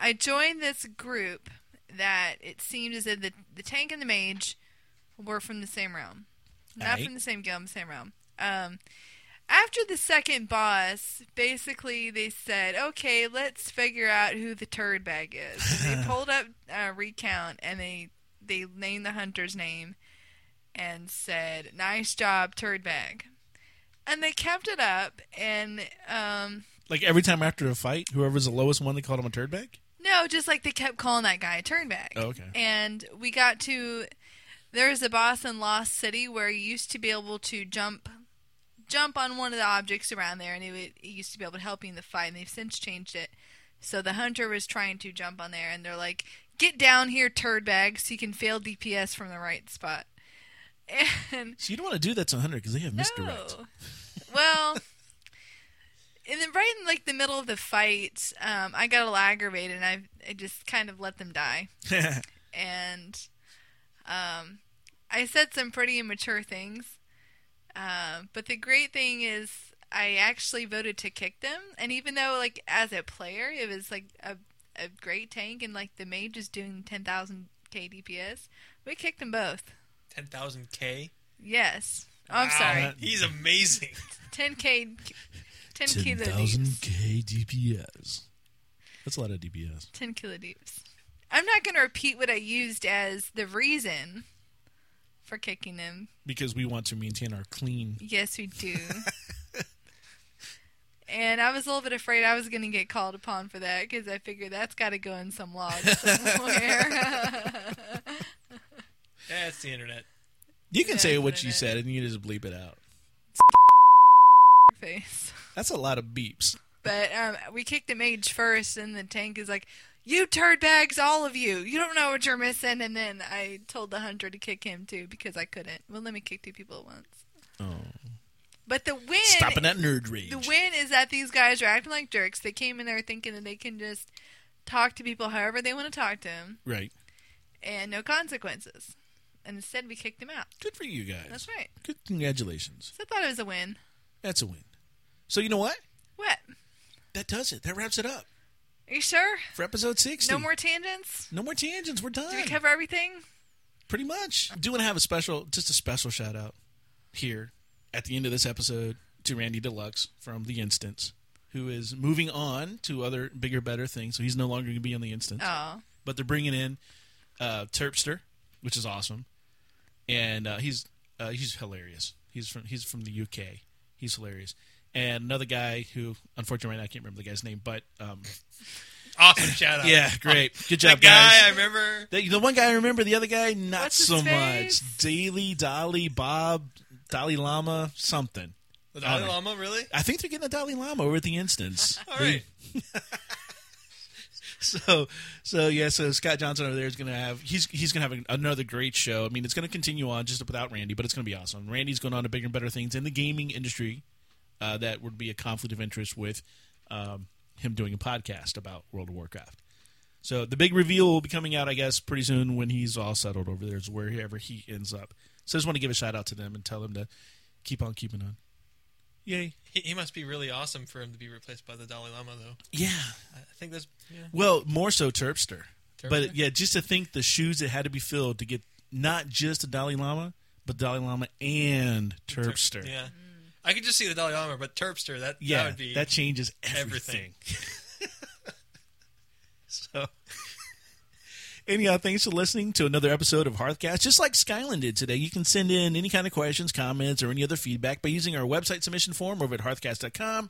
I joined this group that it seemed as if the, the tank and the mage were from the same realm. Not
Aight.
from the same guild, same realm. Um, after the second boss, basically they said, okay, let's figure out who the turd bag is. And they pulled up uh, recount and they, they named the hunter's name and said, nice job, turd bag. And they kept it up and. Um,
Like every time after a fight, whoever's the lowest one, they called him a turd bag.
No, just like they kept calling that guy a turnback.
Oh, okay.
And we got to there was a boss in Lost City where you used to be able to jump jump on one of the objects around there and it, would, it used to be able to help you in the fight and they've since changed it. So the hunter was trying to jump on there and they're like, Get down here, turd bag, so you can fail DPS from the right spot. And
So you don't want to do that to a hunter because they have misdirect.
no. well, and then right in like the middle of the fight, um, I got a little aggravated, and I, I just kind of let them die. And um, I said some pretty immature things. Um, but the great thing is, I actually voted to kick them. And even though, like as a player, it was like a a great tank, and like the mage is doing ten thousand k DPS, we kicked them both.
Ten thousand K.
Yes. Oh, I'm sorry.
He's amazing.
10k 10
Ten
kilo
thousand
deeps.
k DPS. That's a lot of DPS.
10 kilo deeps. I'm not going to repeat what I used as the reason for kicking him.
Because we want to maintain our clean.
Yes, we do. and I was a little bit afraid I was going to get called upon for that because I figured that's got to go in some log somewhere.
That's the internet.
You can
Yeah,
say
you
what
put it
you
in.
said, and you just bleep it out.
Face.
That's a lot of beeps.
But um, we kicked the mage first, and the tank is like, "You turd bags, all of you! You don't know what you're missing." And then I told the hunter to kick him too because I couldn't. Well, let me kick two people at once.
Oh.
But the win,
Stopping that nerd rage.
the win is that these guys are acting like jerks. They came in there thinking that they can just talk to people however they want to talk to them,
right.
and no consequences. And instead, we kicked them out.
Good for you guys.
That's right.
Good. Congratulations.
So I thought it was a win.
That's a win. So you know what?
What?
That does it. That wraps it up
Are you sure?
for episode sixty.
No more tangents.
No more tangents. We're done.
Did we cover everything?
Pretty much. Do want to have a special, just a special shout out here at the end of this episode to Randy Deluxe from The Instance, who is moving on to other bigger, better things. So he's no longer going to be on The Instance.
Oh,
But they're bringing in uh, Terpster, which is awesome, and uh, he's uh, he's hilarious. He's from he's from the UK. He's hilarious. And another guy who, unfortunately, right now I can't remember the guy's name, but um,
Awesome shout out.
yeah, great, good
The
job, guys.
guy I remember.
The, the one guy I remember, the other guy not
What's his
so
face?
much. Daily Dolly Bob Dalai Lama something.
The Dalai
Alright.
Lama, really?
I think they're getting a Dalai Lama over at the instance.
All right.
so so yeah, so Scott Johnson over there is gonna have he's he's gonna have an- another great show. I mean, it's gonna continue on just without Randy, but it's gonna be awesome. Randy's going on to bigger and better things in the gaming industry uh, that would be a conflict of interest with um, him doing a podcast about World of Warcraft. So the big reveal will be coming out, I guess, pretty soon when he's all settled over there, is wherever he ends up. So I just want to give a shout out to them and tell them to keep on keeping on. Yay!
He, he must be really awesome for him to be replaced by the Dalai Lama, though.
Yeah,
I I think that's yeah.
Well, more so Terpster.
Terpster?
But yeah, just to think the shoes that had to be filled to get not just the Dalai Lama, but Dalai Lama and Terpster.
Yeah. I could just see the Dalai Lama, but Terpster, that,
Yeah,
that would be.
changes everything.
everything.
so, anyhow, uh, thanks for listening to another episode of Hearthcast. Just like Skyland did today, you can send in any kind of questions, comments, or any other feedback by using our website submission form over at hearthcast.com.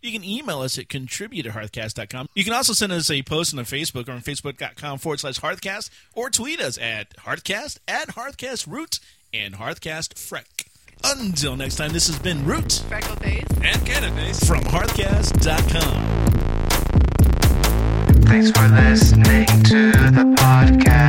You can email us at contribute at hearthcast.com. You can also send us a post on Facebook or on facebook.com forward slash hearthcast or tweet us at hearthcast, at hearthcastroots, and hearthcastfreck. Until next time, this has been Root
Freckle face.
and Cannabis.
from hearthcast.com.
Thanks for listening to the podcast.